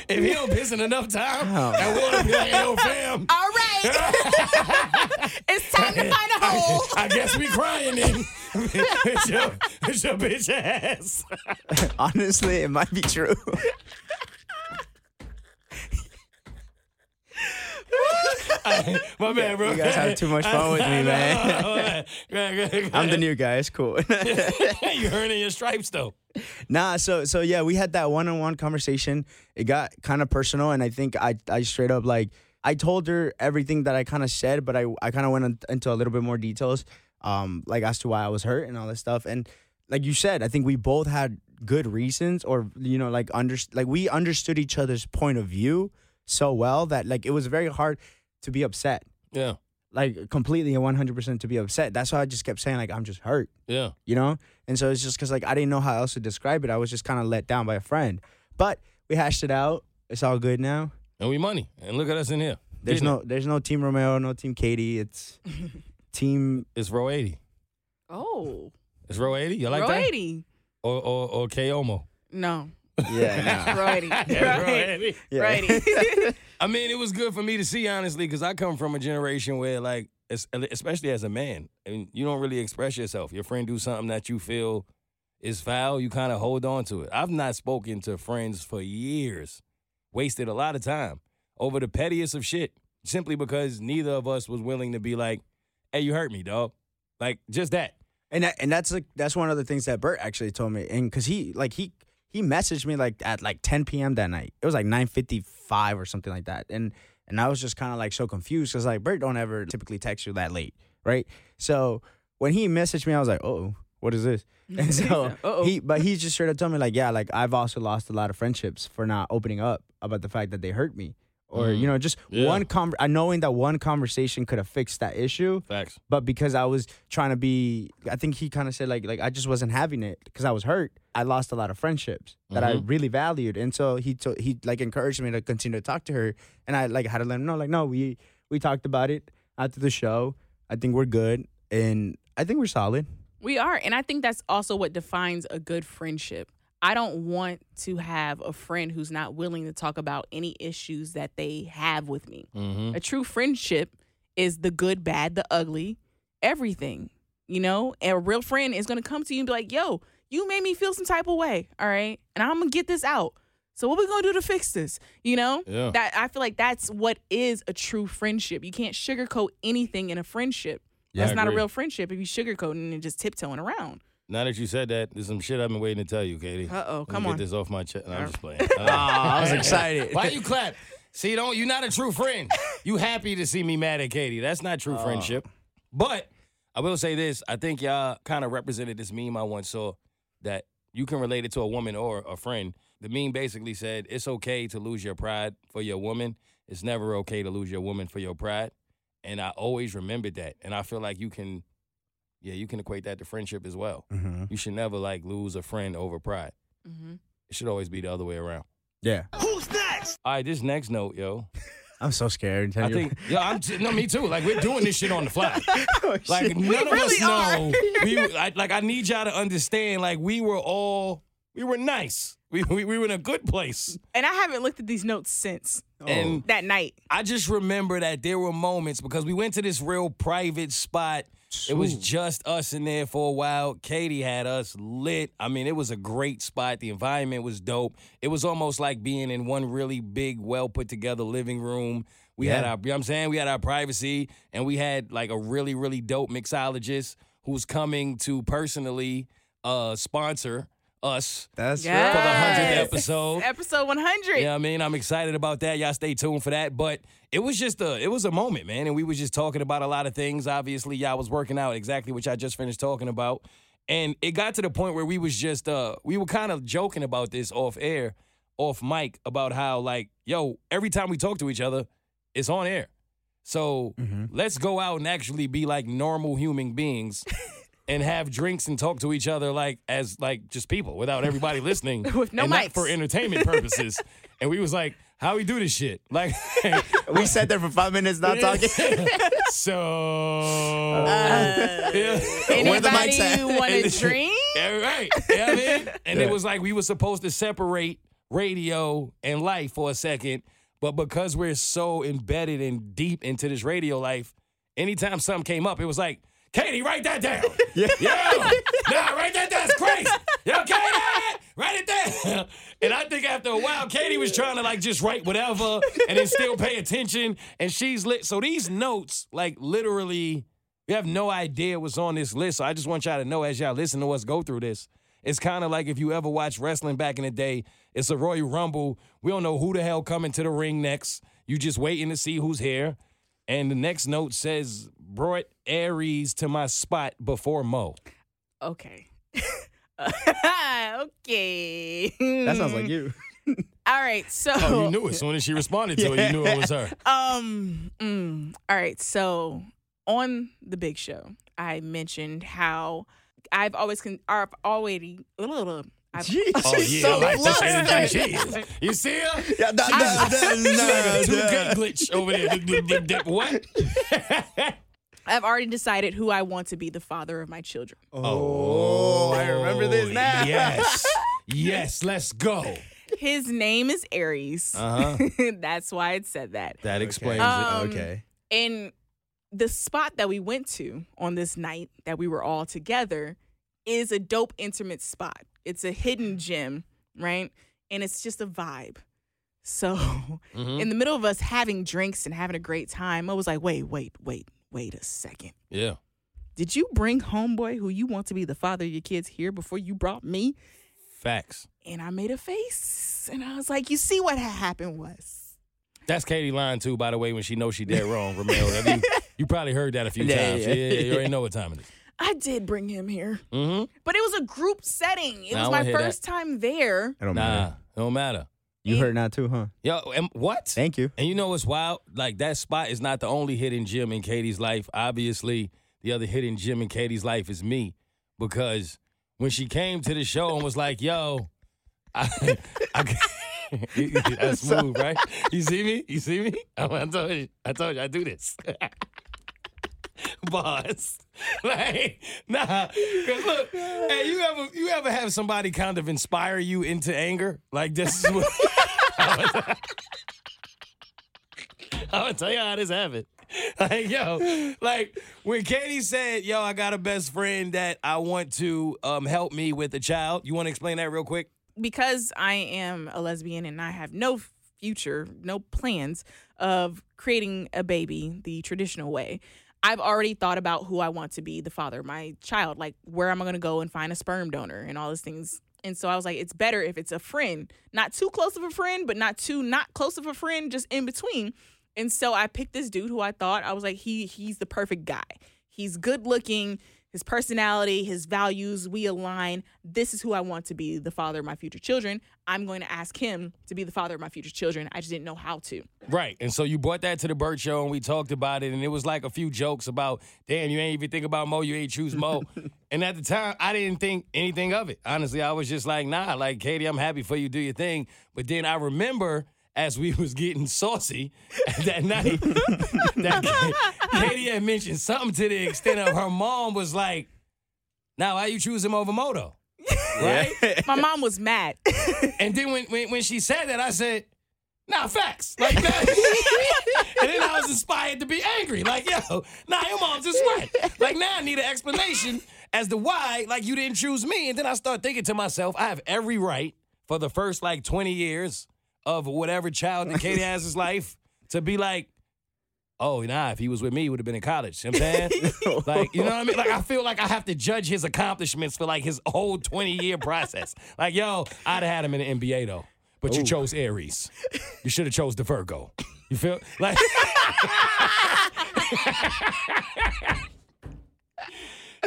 Speaker 2: If he don't piss in enough time,
Speaker 1: Oh.
Speaker 2: that water be like, yo, fam.
Speaker 5: All right. it's time to find a hole.
Speaker 2: I guess we crying then. it's, your, it's your bitch ass.
Speaker 1: Honestly, it might be true.
Speaker 2: My man, bro.
Speaker 1: You guys have too much fun with me, man. I'm the new guy. It's cool.
Speaker 2: you earning your stripes though.
Speaker 1: Nah, so so yeah, we had that one on one conversation. It got kind of personal, and I think I I straight up like I told her everything that I kind of said, but I I kind of went in- into a little bit more details, um, like as to why I was hurt and all this stuff. And like you said, I think we both had good reasons, or you know, like under like we understood each other's point of view so well that like it was very hard to be upset,
Speaker 2: Yeah,
Speaker 1: like completely and one hundred percent to be upset. That's why I just kept saying like I'm just hurt
Speaker 2: yeah.
Speaker 1: you know? And so it's just because, like, I didn't know how else to describe it. I was just kind of let down by a friend. But we hashed it out. It's all good now.
Speaker 2: And we money. And look at us in here.
Speaker 1: There's
Speaker 2: Getting it.
Speaker 1: no, there's no Team Romeo, no Team Katie. It's Team.
Speaker 2: It's row eighty.
Speaker 5: Oh,
Speaker 2: It's row eighty. You like
Speaker 5: row
Speaker 2: that?
Speaker 5: 80.
Speaker 2: Or or or Komo.
Speaker 5: No,
Speaker 1: Yeah,
Speaker 5: row 80.
Speaker 2: row 80.
Speaker 1: nah, yeah.
Speaker 2: I mean, it was good for me to see, honestly, because I come from a generation where, like, es- e-, especially as a man, I mean, you don't really express yourself. Your friend do something that you feel is foul, you kind of hold on to it. I've not spoken to friends for years, wasted a lot of time over the pettiest of shit, simply because neither of us was willing to be like, "Hey, you hurt me, dog." Like just that.
Speaker 1: And that, and that's like that's one of the things that Bert actually told me, and because he like he he messaged me like at like 10 p.m. that night. It was like 9:55 or something like that, and and I was just kind of like so confused because like Bert don't ever typically text you that late, right? So when he messaged me, I was like, oh, what is this? And so
Speaker 5: Uh-oh.
Speaker 1: he but he just straight up told me like, yeah, like I've also lost a lot of friendships for not opening up about the fact that they hurt me. Or you know, just
Speaker 2: Yeah.
Speaker 1: one con- knowing that one conversation could have fixed that issue,
Speaker 2: Facts.
Speaker 1: but because I was trying to be, I think he kind of said like like I just wasn't having it because I was hurt. I lost a lot of friendships that I really valued, and so he to, he like encouraged me to continue to talk to her, and I like had to let him know like no we we talked about it after the show. I think we're good, and I think we're solid.
Speaker 5: We are. And I think that's also what defines a good friendship. I don't want to have a friend who's not willing to talk about any issues that they have with me.
Speaker 2: Mm-hmm.
Speaker 5: A true friendship is the good, bad, the ugly, everything. You know, and a real friend is going to come to you and be like, yo, you made me feel some type of way. All right. And I'm going to get this out. So what we going to do to fix this? You know?
Speaker 2: Yeah.
Speaker 5: That I feel like that's what is a true friendship. You can't sugarcoat anything in a friendship.
Speaker 2: Yeah, I
Speaker 5: that's not a
Speaker 2: agree.
Speaker 5: real friendship if you sugarcoating and just tiptoeing around.
Speaker 2: Now that you said that, there's some shit I've been waiting to tell you, Katie.
Speaker 5: Uh oh,
Speaker 2: Let me
Speaker 5: come on.
Speaker 2: Get this off my chest. No, I'm just playing. Uh,
Speaker 1: Ah, I was excited.
Speaker 2: Why you clap? See, don't you're not a true friend. You happy to see me mad at Katie. That's not true
Speaker 1: Ah.
Speaker 2: friendship. But I will say this. I think y'all kind of represented this meme I once saw that you can relate it to a woman or a friend. The meme basically said, It's okay to lose your pride for your woman. It's never okay to lose your woman for your pride. And I always remembered that. And I feel like you can yeah, you can equate that to friendship as well.
Speaker 1: Mm-hmm.
Speaker 2: You should never like lose a friend over pride.
Speaker 5: Mhm.
Speaker 2: It should always be the other way around.
Speaker 1: Yeah,
Speaker 2: All right, this next note, yo.
Speaker 1: I'm so scared.
Speaker 2: I think, yeah, I'm t- no, me too. Like we're doing this shit on the fly.
Speaker 1: Oh,
Speaker 2: Like
Speaker 1: shit.
Speaker 2: none of
Speaker 5: really
Speaker 2: us know. We I, like I need y'all to understand. Like we were all We were nice. We, we, we were in a good place.
Speaker 5: And I haven't looked at these notes since
Speaker 1: Oh.
Speaker 2: And
Speaker 5: that night.
Speaker 2: I just remember that there were moments because we went to this real private spot. It was just us in there for a while. Katie had us lit. I mean, it was a great spot. The environment was dope. It was almost like being in one really big, well put together living room. We had
Speaker 1: Yeah.
Speaker 2: our, you know what I'm saying? We had our privacy and we had like a really, really dope mixologist who's coming to personally uh, sponsor us
Speaker 1: That's
Speaker 2: for the
Speaker 5: Yeah.
Speaker 1: right.
Speaker 2: 100th
Speaker 5: Yes.
Speaker 2: episode.
Speaker 5: Episode 100.
Speaker 2: Oh. Yeah, I mean, I'm excited about that. Y'all stay tuned for that. But it was just a it was a moment, man. And we was just talking about a lot of things. Obviously, y'all was working out exactly what y'all just finished talking about. And it got to the point where we was just uh we were kind of joking about this off air, off mic, about how like, yo, every time we talk to each other, it's on air. So
Speaker 5: Mm-hmm.
Speaker 2: let's go out and actually be like normal human beings and have drinks and talk to each other like as like just people without everybody listening
Speaker 5: With no
Speaker 2: and not
Speaker 5: mics.
Speaker 2: for entertainment purposes. and we was like, how we do this shit? Like,
Speaker 1: We sat there for five minutes not talking.
Speaker 2: so. Oh. yeah.
Speaker 1: Where the
Speaker 5: Uh, Anybody
Speaker 1: mics at?
Speaker 5: you want to
Speaker 2: And-
Speaker 5: drink?
Speaker 2: Yeah, right. Yeah, I mean, and it was like we were supposed to separate radio and life for a second, but because we're so embedded and deep into this radio life, anytime something came up, it was like, Katie, write that down. Yeah. nah, write that down. It's crazy. Yo, Katie, write it down. And I think after a while, Katie was trying to like just write whatever and then still pay attention. And she's lit. So these notes, like literally, we have no idea what's on this list. So I just want y'all to know as y'all listen to us go through this. It's kind of like if you ever watched wrestling back in the day, it's a Royal Rumble. We don't know who the hell coming to the ring next. You just waiting to see who's here. And the next note says, brought Aries to my spot before Mo.
Speaker 5: Okay. okay. Mm.
Speaker 1: that sounds like you.
Speaker 5: All right. So,
Speaker 2: Oh, you knew it. As soon as she responded to it, you knew it was her.
Speaker 5: um, mm, all right. So, on the big show, I mentioned how I've always con- I've already I've
Speaker 2: Oh,
Speaker 1: She's
Speaker 2: yeah.
Speaker 1: so
Speaker 2: like this energy.
Speaker 1: flustered.
Speaker 2: She is. You see her?
Speaker 1: Yeah, nah, nah, nah, nah,
Speaker 2: Uh, Two
Speaker 1: nah.
Speaker 2: good glitch over there. what?
Speaker 5: I've already decided who I want to be the father of my children.
Speaker 1: Oh, I remember this now.
Speaker 2: Yes. Yes, let's go.
Speaker 5: His name is Aries.
Speaker 1: Uh.
Speaker 2: Uh-huh.
Speaker 5: That's why it said that.
Speaker 2: That explains
Speaker 5: Um,
Speaker 1: okay.
Speaker 5: And the spot that we went to on this night that we were all together is a dope intimate spot. It's a hidden gem, right? And it's just a vibe. So,
Speaker 2: Hmm? Mm-hmm.
Speaker 5: in the middle of us having drinks and having a great time, I was like, wait, wait, wait, wait a second.
Speaker 2: Yeah.
Speaker 5: Did you bring homeboy who you want to be the father of your kids here before you brought me?
Speaker 2: Facts.
Speaker 5: And I made a face and I was like, you see what had happened was.
Speaker 2: That's Katie lying too, by the way, when she knows she did wrong, Romeo. Have you, you probably heard that a few
Speaker 1: Yeah,
Speaker 2: times. Yeah,
Speaker 1: yeah.
Speaker 2: yeah, you already know what time it is.
Speaker 5: I did bring him here.
Speaker 2: Mm-hmm.
Speaker 5: But it was a group setting. It
Speaker 2: Nah, I
Speaker 5: was
Speaker 2: wanna
Speaker 5: my
Speaker 2: hear
Speaker 5: first time there.
Speaker 1: I don't
Speaker 2: Nah,
Speaker 1: matter.
Speaker 2: don't matter.
Speaker 1: You heard now too, huh?
Speaker 2: Yo, and what?
Speaker 1: Thank you.
Speaker 2: And you know what's wild? Like that spot is not the only hidden gem in Katie's life. Obviously, the other hidden gem in Katie's life is me, because when she came to the show and was like, "Yo," I, I, that's smooth, right? You see me? You see me? I, I told you. I told you. I do this. Boss, like nah, cause look, hey, you ever you ever have somebody kind of inspire you into anger? Like this is what. I'm gonna tell you how this happened. Like, yo, like when Katie said, yo, I got a best friend that I want to um, help me with a child. You wanna explain that real quick?
Speaker 5: Because I am a lesbian and I have no future, no plans of creating a baby the traditional way. I've already thought about who I want to be the father of my child. Like, where am I going to go and find a sperm donor and all these things? And so I was like, it's better if it's a friend, not too close of a friend, but not too not close of a friend, just in between. And so I picked this dude who I thought I was like, he he's the perfect guy. He's good looking, his personality, his values, we align. This is who I want to be the father of my future children. I'm going to ask him to be the father of my future children. I just didn't know how to.
Speaker 2: Right. And so you brought that to the Bird Show and we talked about it. And it was like a few jokes about, damn, you ain't even think about Mo, you ain't choose Mo. and at the time, I didn't think anything of it. Honestly, I was just like, nah, like, Katie, I'm happy for you, do your thing. But then I remember as we was getting saucy that night, that Ka- Katie had mentioned something to the extent of her mom was like, now, why you choose him over Moto? right?
Speaker 5: My mom was mad.
Speaker 2: And then when, when when she said that, I said, "Nah, facts like that." and then I was inspired to be angry, like, "Yo, nah, your mom's just right." Like now, I need an explanation as to why, like, you didn't choose me. And then I start thinking to myself, I have every right for the first like twenty years of whatever child in Katie Hass's life to be like. Oh, nah, if he was with me, he would have been in college. You know what I'm saying? like, you know what I mean? Like, I feel like I have to judge his accomplishments for like his whole 20 year process. Like, yo, I'd have had him in the NBA though, but you chose Aries. You should have chose the Virgo. You feel like.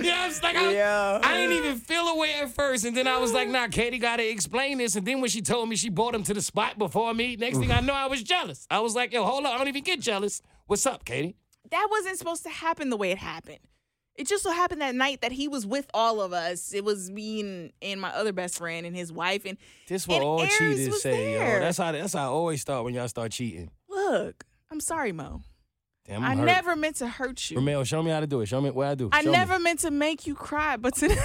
Speaker 2: Yeah, I was like, I,
Speaker 1: Yeah.
Speaker 2: I didn't even feel away at first, and then I was like, "Nah, Katie got to explain this." And then when she told me she brought him to the spot before me, next thing I know, I was jealous. I was like, "Yo, hold on, I don't even get jealous." What's up, Katie?
Speaker 5: that wasn't supposed to happen the way it happened. It just so happened that night that he was with all of us. It was me and, and my other best friend and his wife. And
Speaker 2: This
Speaker 5: what And all Aries cheaters was say, yo. there. That's
Speaker 2: how that's how I always start when y'all start cheating.
Speaker 5: look, I'm sorry, Mo.
Speaker 2: Damn,
Speaker 5: i never meant to hurt you.
Speaker 2: Romeo, show me how to do it. Show me what I do.
Speaker 5: I never meant to make you cry, but today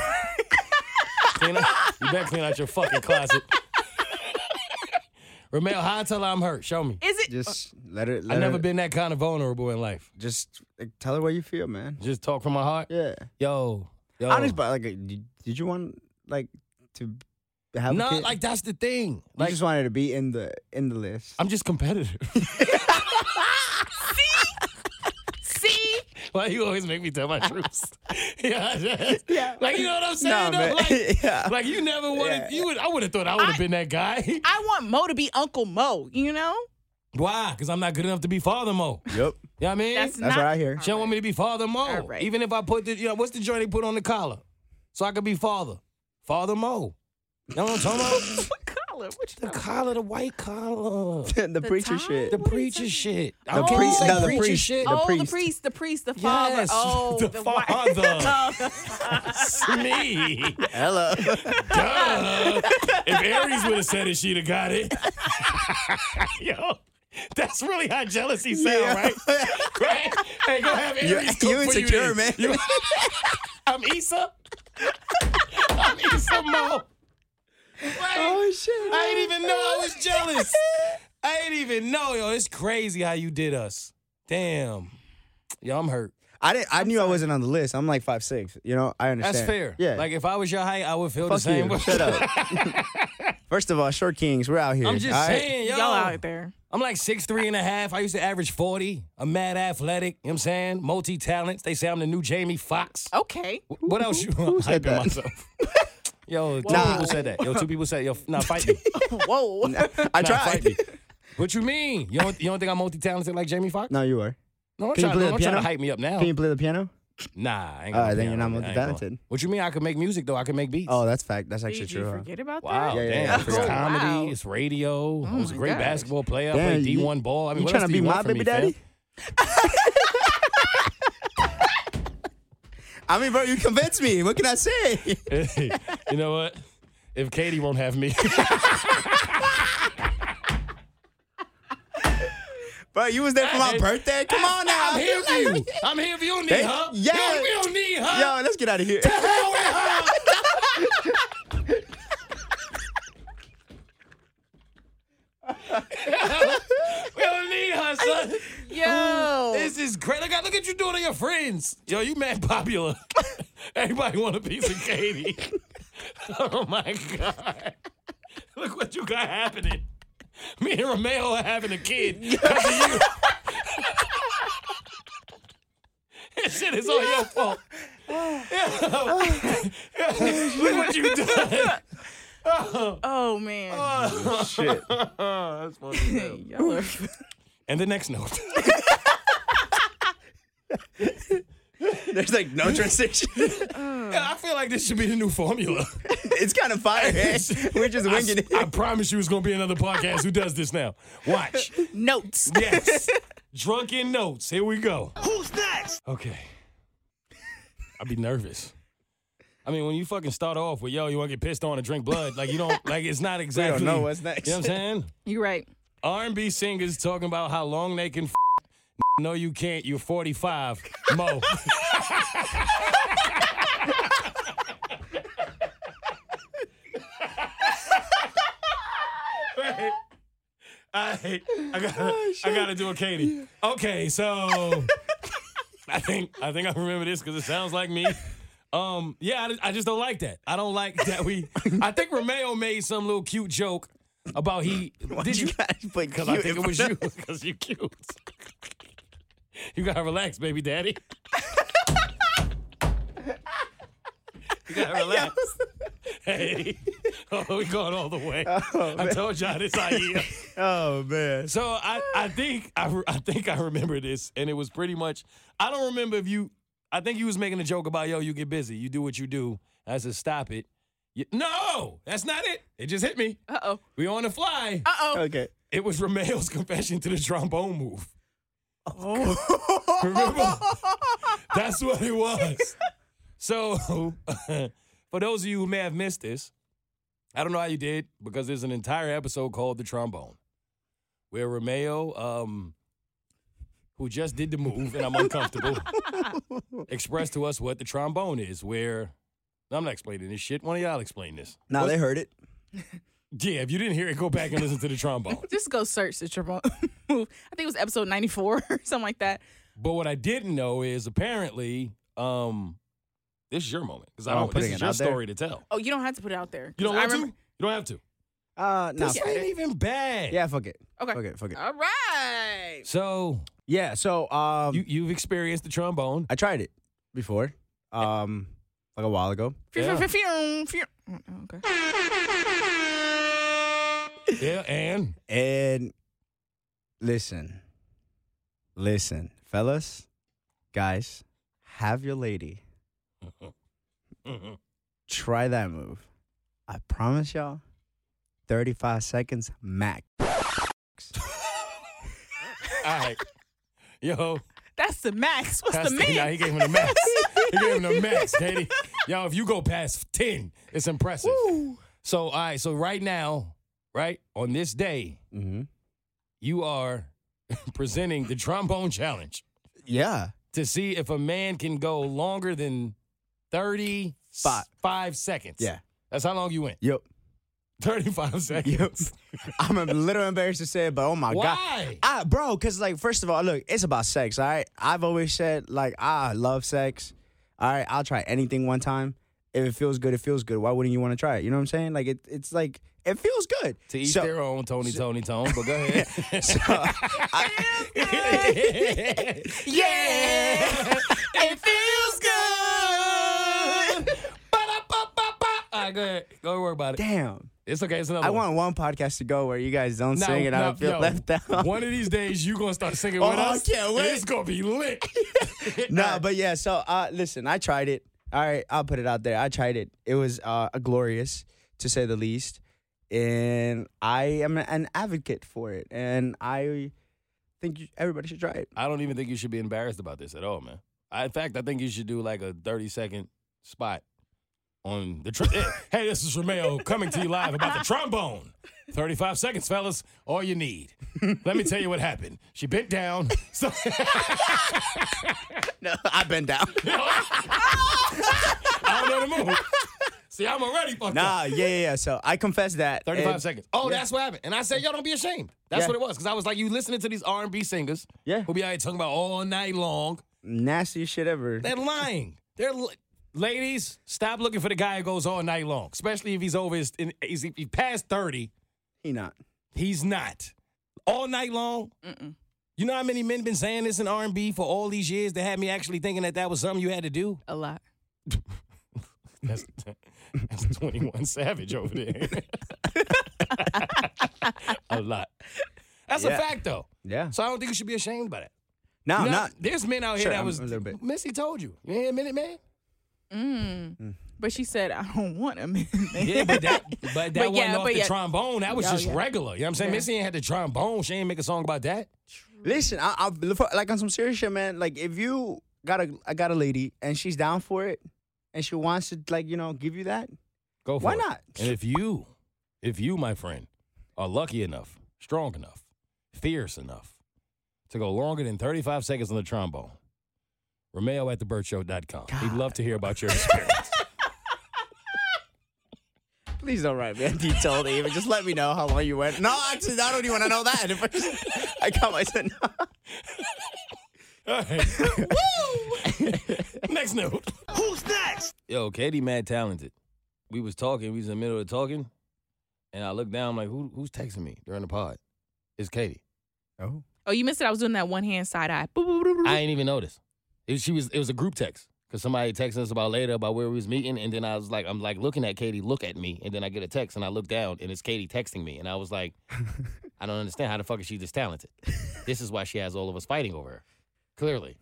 Speaker 2: Clean out, you better clean out your fucking closet. Romeo, how I tell her I'm hurt? Show me.
Speaker 5: is it?
Speaker 1: Just let her. Let
Speaker 2: I've never
Speaker 1: her-
Speaker 2: been that kind of vulnerable in life.
Speaker 1: Just like, tell her what you feel, man.
Speaker 2: Just talk from my heart.
Speaker 1: Yeah.
Speaker 2: Yo, yo.
Speaker 1: Honest, but like, did did you want like to have? a
Speaker 2: no,
Speaker 1: kid?
Speaker 2: like that's the thing.
Speaker 1: you
Speaker 2: Like
Speaker 1: just wanted to be in the in the list.
Speaker 2: I'm just competitive.
Speaker 5: See,
Speaker 2: Why you always make me tell my truths? yeah, yeah. Like you know what I'm saying?
Speaker 1: Nah,
Speaker 2: though?
Speaker 1: man.
Speaker 2: like,
Speaker 1: Yeah.
Speaker 2: like you never wanted.
Speaker 1: Yeah.
Speaker 2: You would. I would have thought I would have been that guy.
Speaker 5: I want Mo to be Uncle Mo. You know,
Speaker 2: Why? Because I'm not good enough to be father mo. You
Speaker 1: Yep.
Speaker 2: know what I mean?
Speaker 5: that's,
Speaker 2: she
Speaker 1: That's
Speaker 5: not
Speaker 1: what I hear.
Speaker 2: don't want me to be father mo.
Speaker 5: All right.
Speaker 2: Even if I put the, you know, what's the joint they put on the collar, so I could be father, father mo. You know what I'm talking about?
Speaker 5: what color. What you
Speaker 2: the collar, the white collar,
Speaker 1: the, preacher
Speaker 5: time?
Speaker 1: shit.
Speaker 2: the preacher shit. The
Speaker 1: The
Speaker 2: priest,
Speaker 1: priest-
Speaker 2: say
Speaker 1: no, the
Speaker 2: preacher
Speaker 1: priest.
Speaker 2: shit.
Speaker 1: The
Speaker 5: oh,
Speaker 1: priest.
Speaker 5: the priest, the priest, the father.
Speaker 2: Yes,
Speaker 5: oh,
Speaker 2: the
Speaker 5: wi-
Speaker 2: father. It's me.
Speaker 1: Hello.
Speaker 2: Duh. if Aries would have said it, she'd have got it. Yo, that's really how jealousy sound,
Speaker 1: Yeah.
Speaker 2: right? Right? Hey, go have Aries
Speaker 1: You're-
Speaker 2: cook
Speaker 1: you're
Speaker 2: for
Speaker 1: insecure,
Speaker 2: you then.
Speaker 1: man.
Speaker 2: You- I'm Issa. I'm Issa Mo. Right?
Speaker 1: shit.
Speaker 2: Oh, I didn't even know I was jealous. I didn't even know, yo. It's crazy how you did us. Damn. Yo, I'm hurt.
Speaker 1: I didn't. I knew I wasn't on the list. I'm like five six. You know. I understand.
Speaker 2: That's fair.
Speaker 1: Yeah.
Speaker 2: Like if I was your height, I would feel the
Speaker 1: fuck
Speaker 2: same.
Speaker 1: you.
Speaker 2: way.
Speaker 1: Shut up. First of all, short kings, we're out here.
Speaker 2: I'm just
Speaker 1: all right?
Speaker 2: saying, yo.
Speaker 5: Y'all out there.
Speaker 2: I'm like six three and a half. I used to average 40. I'm mad athletic. You know what I'm saying? Multi talents. They say I'm the new Jamie Foxx.
Speaker 5: Okay.
Speaker 2: What else you who
Speaker 1: said that?
Speaker 2: myself? Yo, two
Speaker 1: Nah.
Speaker 2: people said that. Yo, two people said, yo, nah, fight me.
Speaker 5: Whoa.
Speaker 1: I
Speaker 2: Nah,
Speaker 1: tried.
Speaker 2: fight me. What you mean? You don't, you don't think I'm multi talented like Jamie Foxx?
Speaker 1: No, you are.
Speaker 2: No, I'm
Speaker 1: Can you
Speaker 2: trying,
Speaker 1: play
Speaker 2: no,
Speaker 1: the
Speaker 2: I'm trying to
Speaker 1: piano?
Speaker 2: hype me up now.
Speaker 1: Can you play the piano?
Speaker 2: Nah, I
Speaker 1: Alright,
Speaker 2: ain't gonna
Speaker 1: then you're not multi-talented.
Speaker 2: What you mean? I could make music though. I could make beats.
Speaker 1: Oh, that's fact. That's actually
Speaker 5: Did
Speaker 1: true.
Speaker 5: you
Speaker 1: huh?
Speaker 5: forget about
Speaker 2: Wow,
Speaker 1: Yeah, yeah,
Speaker 2: damn.
Speaker 1: yeah, I
Speaker 2: It's
Speaker 1: forgot.
Speaker 2: comedy,
Speaker 5: Wow.
Speaker 2: it's radio. I was a
Speaker 5: my
Speaker 2: great
Speaker 5: gosh.
Speaker 2: basketball player. I
Speaker 1: Oh Damn,
Speaker 2: played
Speaker 1: you-
Speaker 2: D1 ball. I mean,
Speaker 1: you
Speaker 2: what
Speaker 1: tryna
Speaker 2: else do
Speaker 1: be
Speaker 2: you want
Speaker 1: my
Speaker 2: from
Speaker 1: baby
Speaker 2: me,
Speaker 1: daddy?
Speaker 2: fam?
Speaker 1: I mean, bro, you convinced me. What can I say?
Speaker 2: you know what? If Katie won't have me.
Speaker 1: bro, you was there for my birthday. Come on now.
Speaker 2: I'm here for you. I'm here if you don't need
Speaker 1: They-
Speaker 2: her.
Speaker 1: yeah.
Speaker 2: Yo, we don't need her.
Speaker 1: Yo, let's get out of here.
Speaker 2: Hell with her. we don't need her, son.
Speaker 5: Yo.
Speaker 2: This is great. Look, at- look at you doing to your friends. Yo, you mad popular. Everybody want a piece of Katie. oh my God. Look what you got happening. Me and Romeo are having a kid. 'cause of you. This shit is all your fault. Look what you done.
Speaker 5: Oh man.
Speaker 1: Shit.
Speaker 2: Oh. That's funny.
Speaker 5: Y'all are-
Speaker 2: And the next note.
Speaker 1: There's like no transition.
Speaker 2: I feel like this should be the new formula.
Speaker 1: it's kind of fire. eh? We're just
Speaker 2: I,
Speaker 1: winging
Speaker 2: I
Speaker 1: it.
Speaker 2: promise you it's going to be another podcast who does this now. Watch.
Speaker 5: Notes.
Speaker 2: Yes. Drunken notes. Here we go. Who's next? Okay. I'd be nervous. I mean, when you fucking start off with, yo, you want to get pissed on and drink blood, like, you don't, like, it's not exactly.
Speaker 1: know what's next.
Speaker 2: You know what I'm saying?
Speaker 5: You're right.
Speaker 2: R&B singers talking about how long they can f- No, you can't. You're 45. Mo. I, I gotta, I gotta do a Katie. Okay, so I think I think I remember this because it sounds like me. Um, yeah, I, I just don't like that. I don't like that we. I think Romeo made some little cute joke about he. did you? Because I think it was you. Because you cute. you gotta relax, baby daddy. you gotta relax. Hey, oh, we going all the way. I told y'all this idea.
Speaker 1: Oh man.
Speaker 2: So I, I think I, re- I think I remember this, and it was pretty much. I don't remember if you. I think you was making a joke about yo, you get busy, you do what you do. I said stop it. You- no, that's not it. It just hit me.
Speaker 3: Uh oh.
Speaker 2: We on the fly.
Speaker 3: Uh oh.
Speaker 1: Okay.
Speaker 2: It was Romeo's confession to the trombone move.
Speaker 1: Oh.
Speaker 2: Remember? That's what it was. So, for those of you who may have missed this, I don't know how you did because there's an entire episode called The Trombone where Romeo, um, who just did the move and I'm uncomfortable, expressed to us what the trombone is. Where I'm not explaining this shit. One of y'all explain this.
Speaker 1: now they heard it.
Speaker 2: Yeah, if you didn't hear it, go back and listen to the trombone.
Speaker 3: Just go search the trombone move. I think it was episode 94 or something like that.
Speaker 2: But what I didn't know is apparently, um, this is your moment because I
Speaker 1: Oh,
Speaker 2: don't.
Speaker 1: putting it
Speaker 2: This is your
Speaker 1: out there.
Speaker 2: story to tell.
Speaker 3: Oh, you don't have to put it out there.
Speaker 2: You don't
Speaker 3: 'Cause I
Speaker 2: want to? You
Speaker 3: remember-
Speaker 2: don't have to.
Speaker 1: Uh, no.
Speaker 2: This ain't even bad.
Speaker 1: Yeah, fuck it.
Speaker 3: Okay.
Speaker 1: Fuck it. Fuck it.
Speaker 3: All right.
Speaker 2: So
Speaker 1: Yeah. So um,
Speaker 2: you you've experienced the trombone.
Speaker 1: I tried it before, um, like a while ago.
Speaker 3: Phew,
Speaker 2: Yeah.
Speaker 3: phew, phew, phew, phew. Oh,
Speaker 5: Mm,
Speaker 3: Okay.
Speaker 2: Yeah, and
Speaker 1: And listen, listen, fellas, guys, have your lady try that move. I promise y'all, 35 seconds max.
Speaker 2: all right, yo,
Speaker 3: That's the max. What's the
Speaker 2: yeah,
Speaker 3: max?
Speaker 2: he gave him the max. he gave him the max, Katie. Yo, if you go past ten, it's impressive. So all right, so right now, right on this day,
Speaker 1: Mm-hmm.
Speaker 2: you are presenting the trombone challenge
Speaker 1: Yeah.
Speaker 2: to see if a man can go longer than thirty
Speaker 1: Five.
Speaker 2: five seconds.
Speaker 1: Yeah.
Speaker 2: that's how long you went.
Speaker 1: Yep.
Speaker 2: Thirty-five
Speaker 1: Yep.
Speaker 2: seconds.
Speaker 1: I'm a little embarrassed to say it, but oh my God.
Speaker 2: Why?
Speaker 1: I, bro, because like first of all, look, it's about sex. All right, I've always said like I love sex. All right, I'll try anything one time. If it feels good, it feels good. Why wouldn't you want to try it? You know what I'm saying? Like it, it's like it feels good.
Speaker 2: To each
Speaker 1: so,
Speaker 2: their own, Tony, Tony, Tone. But go ahead.
Speaker 1: so I-
Speaker 2: yeah, it feels good. Ba-da-ba-ba-ba. All right, go ahead. Don't worry about it.
Speaker 1: damn,
Speaker 2: It's okay. It's another
Speaker 1: I
Speaker 2: one.
Speaker 1: want one podcast to go where you guys don't
Speaker 2: No,
Speaker 1: sing and I
Speaker 2: no,
Speaker 1: don't feel
Speaker 2: yo,
Speaker 1: left out.
Speaker 2: One of these days, you gonna start singing
Speaker 1: Oh,
Speaker 2: with
Speaker 1: I
Speaker 2: us.
Speaker 1: can't
Speaker 2: and
Speaker 1: wait.
Speaker 2: It's gonna be lit.
Speaker 1: no, but yeah. So uh, listen, I tried it. All right, I'll put it out there. I tried it. It was uh, glorious, to say the least. And I am an advocate for it, and I think you, everybody should try it.
Speaker 2: I don't even think you should be embarrassed about this at all, man. I, in fact, I think you should do like a 30 second spot on the. Tr- hey, this is Romeo coming to you live about the trombone. 35 seconds, fellas, all you need. Let me tell you what happened. She bent down. So-
Speaker 1: No, I've been down.
Speaker 2: I don't know the move. See, I'm already fucked up.
Speaker 1: nah, yeah, yeah, yeah. So I confess that.
Speaker 2: 35
Speaker 1: and-
Speaker 2: seconds. Oh, that's what happened. And I said, yo, don't be ashamed. That's
Speaker 1: Yeah.
Speaker 2: what it was. Because I was like, you listening to these R&B singers
Speaker 1: Yeah,
Speaker 2: who be out here talking about all night long.
Speaker 1: nastiest shit ever.
Speaker 2: They're lying. They're li- ladies. Stop looking for the guy who goes all night long, especially if he's over his. In, he's, if he past thirty,
Speaker 1: He not.
Speaker 2: he's not all night long. You know how many men been saying this in R and B for all these years? That had me actually thinking that that was something you had to do.
Speaker 3: A lot.
Speaker 2: That's that's twenty one Savage over there. a lot. That's a
Speaker 1: Yeah.
Speaker 2: fact though.
Speaker 1: Yeah.
Speaker 2: So I don't think you should be ashamed by that.
Speaker 1: No,
Speaker 2: You know,
Speaker 1: not.
Speaker 2: there's men out here
Speaker 1: Sure,
Speaker 2: that
Speaker 1: I'm
Speaker 2: was
Speaker 1: a little bit.
Speaker 2: Missy told you. You ain't a minute man.
Speaker 5: Mm.
Speaker 2: Mm.
Speaker 3: But she said, I don't want a man.
Speaker 2: Yeah, but that, but that
Speaker 3: But
Speaker 2: wasn't
Speaker 3: yeah,
Speaker 2: off
Speaker 3: but
Speaker 2: the
Speaker 3: yeah.
Speaker 2: trombone. That was
Speaker 3: Oh,
Speaker 2: just
Speaker 3: yeah.
Speaker 2: regular. You know what I'm saying?
Speaker 3: Yeah.
Speaker 2: Missy ain't had the trombone. She ain't make a song about that.
Speaker 1: Listen, I, I like on some serious shit, man. Like if you got a, I got a lady and she's down for it, and she wants to like you know give you that.
Speaker 2: Go for
Speaker 1: Why
Speaker 2: it.
Speaker 1: not?
Speaker 2: And if you, if you, my friend, are lucky enough, strong enough, fierce enough to go longer than 35 seconds on the trombone, Romeo at thebirdshow.com. We'd love to hear about your experience.
Speaker 1: Please don't write me a detailed email. Just let me know how long you went. No, actually, I don't even want to know that. If I, I got my son.
Speaker 2: next note. Who's next? Yo, Katie, mad talented. We was talking. We was in the middle of talking, and I looked down. I'm like, who, who's texting me during the pod? It's Katie.
Speaker 1: Oh.
Speaker 5: Oh, you missed it. I was doing that one hand side eye. Boop, boop, boop, boop, boop.
Speaker 2: I ain't even notice. It, she was. It was a group text because somebody texted us about later about where we was meeting, and then I was like, I'm like looking at Katie, look at me, and then I get a text, and I look down, and it's Katie texting me, and I was like, I don't understand how the fuck is she this talented? this is why she has all of us fighting over her. Clearly,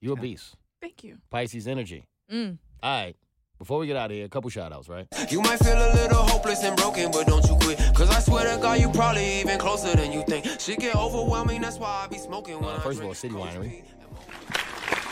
Speaker 2: you a beast.
Speaker 5: Thank you.
Speaker 2: Pisces energy.
Speaker 5: Mm.
Speaker 2: All right. Before we get out of here, a couple shout outs, right?
Speaker 4: You might feel a little hopeless and broken, but don't you quit. Cause I swear to God, you probably even closer than you think. Shit get overwhelming, that's why I be smoking when
Speaker 2: Uh,
Speaker 4: I
Speaker 2: first of
Speaker 4: drink.
Speaker 2: all, City
Speaker 4: Coach
Speaker 2: Winery.
Speaker 4: P.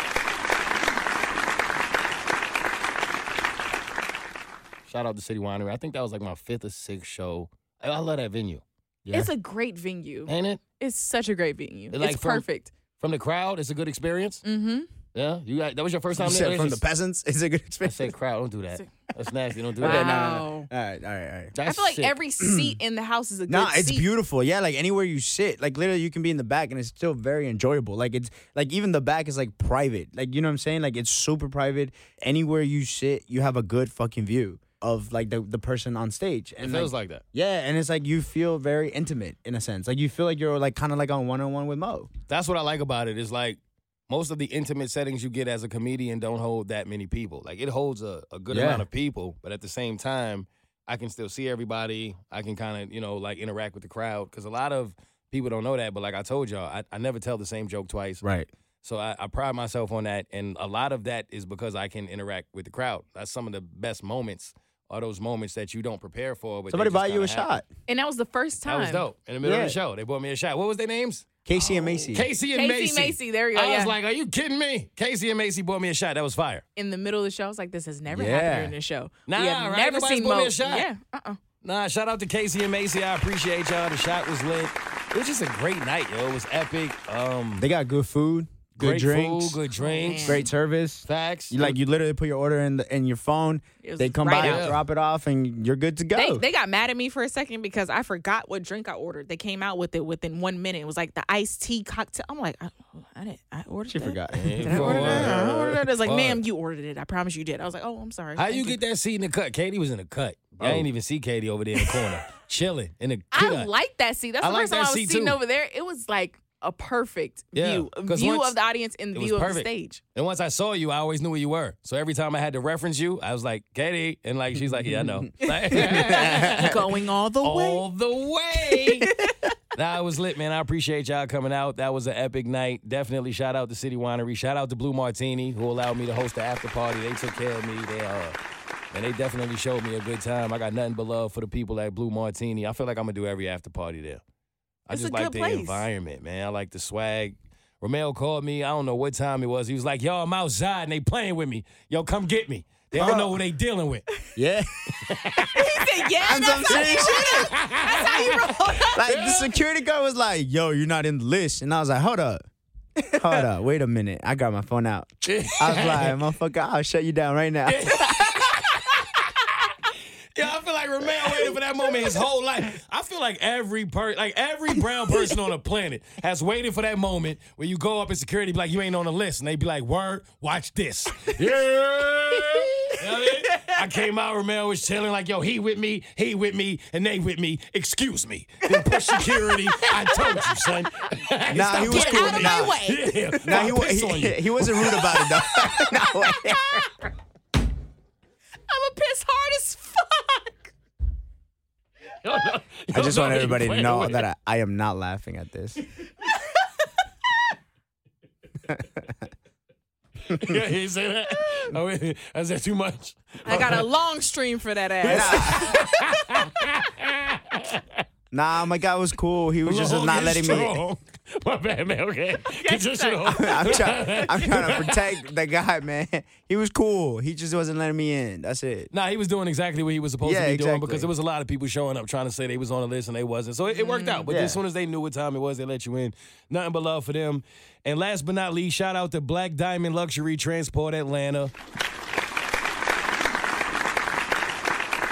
Speaker 2: Shout out to City Winery. I think that was like my fifth or sixth show. I, I love that venue,
Speaker 1: Yeah.
Speaker 5: It's a great venue.
Speaker 2: ain't it?
Speaker 5: It's such a great venue.
Speaker 2: Like
Speaker 5: it's
Speaker 2: from-
Speaker 5: perfect.
Speaker 2: From the crowd, it's a good experience.
Speaker 5: Mm-hmm.
Speaker 2: Yeah, you got, that was your first
Speaker 1: You
Speaker 2: time
Speaker 1: said
Speaker 2: there?
Speaker 1: from the
Speaker 2: It's
Speaker 1: peasants? Is it a good
Speaker 2: I
Speaker 1: experience?
Speaker 2: said crowd. Don't do that. That's nasty. Don't do
Speaker 1: Okay,
Speaker 2: that.
Speaker 1: no,
Speaker 5: Wow.
Speaker 1: no, no. All right, all right, all right.
Speaker 5: I
Speaker 2: That's
Speaker 5: feel like
Speaker 2: sick.
Speaker 5: every seat in the house is a good
Speaker 1: No, it's
Speaker 5: seat.
Speaker 1: beautiful. Yeah, like anywhere you sit, like literally you can be in the back and it's still very enjoyable. Like it's like even the back is like private. Like you know what I'm saying? Like it's super private. Anywhere you sit, you have a good fucking view of like the, the person on stage.
Speaker 2: It
Speaker 1: And
Speaker 2: feels
Speaker 1: like,
Speaker 2: like that.
Speaker 1: Yeah, and it's like you feel very intimate in a sense. Like you feel like you're like kind of like on one on one with Mo.
Speaker 2: That's what I like about it. Is like most of the intimate settings you get as a comedian don't hold that many people. Like it holds a, a good
Speaker 1: Yeah.
Speaker 2: amount of people, but at the same time, I can still see everybody. I can kind of you know like interact with the crowd because a lot of people don't know that. But like I told y'all, I, I never tell the same joke twice.
Speaker 1: Right.
Speaker 2: So I, I pride myself on that, and a lot of that is because I can interact with the crowd. That's some of the best moments. Are those moments that you don't prepare for? But they
Speaker 1: Somebody
Speaker 2: just
Speaker 1: buy you a
Speaker 2: kinda happen.
Speaker 1: shot.
Speaker 5: And that was the first time.
Speaker 2: That was dope. In the middle
Speaker 1: Yeah.
Speaker 2: of the show, they bought me a shot. What was their names?
Speaker 1: Casey and Macy.
Speaker 2: Casey and
Speaker 5: Casey
Speaker 2: Macy.
Speaker 5: Macy. there you go.
Speaker 2: I
Speaker 5: yeah.
Speaker 2: was like, "Are you kidding me?" Casey and Macy bought me a shot. That was fire.
Speaker 5: in the middle of the show, I was like, this has never
Speaker 1: Yeah.
Speaker 5: happened during the show.
Speaker 2: Nah,
Speaker 5: we have
Speaker 2: right?
Speaker 5: never
Speaker 2: Nobody's
Speaker 5: seen
Speaker 2: put me
Speaker 5: Mo.
Speaker 2: a shot.
Speaker 5: Yeah. Uh-uh.
Speaker 2: Nah, shout out to Casey and Macy. I appreciate y'all. The shot was lit. It was just a great night, yo. It was epic. Um,
Speaker 1: They got good food, good
Speaker 2: great
Speaker 1: drinks,
Speaker 2: food, good drinks,
Speaker 5: man.
Speaker 1: great service.
Speaker 2: facts.
Speaker 1: You, like you literally put your order in the, in your phone.
Speaker 5: It was
Speaker 1: They come
Speaker 5: right
Speaker 1: by,
Speaker 2: out.
Speaker 1: drop it off, and you're good to go.
Speaker 2: Oh.
Speaker 5: They, they got mad at me for a second because I forgot what drink I ordered. They came out with it within one minute. It was like the iced tea cocktail. I'm like, I, I didn't. I ordered.
Speaker 1: she
Speaker 5: that?
Speaker 1: forgot.
Speaker 5: Did I order that? I don't order that. It's like,
Speaker 2: Fuck.
Speaker 5: ma'am, you ordered it. I promise you did. I was like, oh, I'm sorry.
Speaker 2: How
Speaker 5: Thank
Speaker 2: you get that seat in the cut? Katie was in the cut.
Speaker 1: Oh.
Speaker 2: I didn't even see Katie over there in the corner, chilling in the
Speaker 5: I
Speaker 2: cut.
Speaker 5: like that seat. That's
Speaker 2: I
Speaker 5: the
Speaker 2: like
Speaker 5: first time
Speaker 2: that
Speaker 5: I was
Speaker 2: seat,
Speaker 5: sitting
Speaker 2: too.
Speaker 5: over there. It was like a perfect
Speaker 2: Yeah,
Speaker 5: view, a
Speaker 2: 'cause
Speaker 5: view
Speaker 2: once-
Speaker 5: of the audience and
Speaker 2: was
Speaker 5: view of the
Speaker 2: perfect.
Speaker 5: stage.
Speaker 2: and once I saw you, I always knew where you were. So every time I had to reference you, I was like, Katie. And like, she's like, yeah, I know. Like-
Speaker 5: Going all the way.
Speaker 2: all the way. That was lit, man. I appreciate y'all coming out. That was an epic night. Definitely shout out to City Winery. Shout out to Blue Martini, who allowed me to host the after party. They took care of me. They uh and they definitely showed me a good time. I got nothing but love for the people at Blue Martini. I feel like I'm gonna do every after party there. I
Speaker 5: It's
Speaker 2: just
Speaker 5: a
Speaker 2: like
Speaker 5: good
Speaker 2: the
Speaker 5: place.
Speaker 2: environment, man. I like the swag. Romeo called me. I don't know what time it was. He was like, "Yo, I'm outside and they playing with me. Yo, come get me. They don't know who they dealing with."
Speaker 1: yeah,
Speaker 5: He said, yeah,
Speaker 1: I'm
Speaker 5: that's how,
Speaker 1: serious shit.
Speaker 5: that's how he rolled.
Speaker 1: Like the security guard was like, "Yo, you're not in the list," and I was like, "Hold up." Hold up, wait a minute. I got my phone out. I was like, motherfucker, I'll shut you down right now.
Speaker 2: Yeah, I feel like Romeo waited for that moment his whole life. I feel like every per like every brown person on the planet has waited for that moment where you go up in security, be like, you ain't on the list, and they be like, word, watch this. Yeah. You know what I, mean? I came out, Romeo was chilling, like, yo, he with me, he with me, and they with me. Excuse me. Then push security. I told you, son.
Speaker 1: Nah,
Speaker 2: Stop
Speaker 1: he was
Speaker 2: playing
Speaker 1: cool.
Speaker 2: with me.
Speaker 1: Nah.
Speaker 2: Yeah.
Speaker 1: Nah, he,
Speaker 2: I
Speaker 1: wa-
Speaker 2: piss on
Speaker 1: he,
Speaker 2: you.
Speaker 1: he wasn't rude about it though. no way.
Speaker 5: I'm a piss hard as fuck.
Speaker 1: I just want everybody to know that I, I am not laughing at this.
Speaker 2: yeah, he said that. Oh, wait, is that too much?
Speaker 5: I got a long stream for that ass.
Speaker 1: Nah, my guy was cool. He was just
Speaker 2: Long
Speaker 1: not
Speaker 2: and
Speaker 1: letting me.
Speaker 2: Oh, strong. My bad, man. Okay. Get your shit off.
Speaker 1: I'm trying. I'm trying to protect the guy, man. He was cool. He just wasn't letting me in. That's it.
Speaker 2: Nah, he was doing exactly what he was supposed
Speaker 1: Yeah,
Speaker 2: to be doing
Speaker 1: exactly.
Speaker 2: because there was a lot of people showing up trying to say they was on the list and they wasn't. So it, it worked out. But
Speaker 1: Yeah.
Speaker 2: as soon as they knew what time it was, they let you in. Nothing but love for them. And last but not least, shout out to Black Diamond Luxury Transport Atlanta.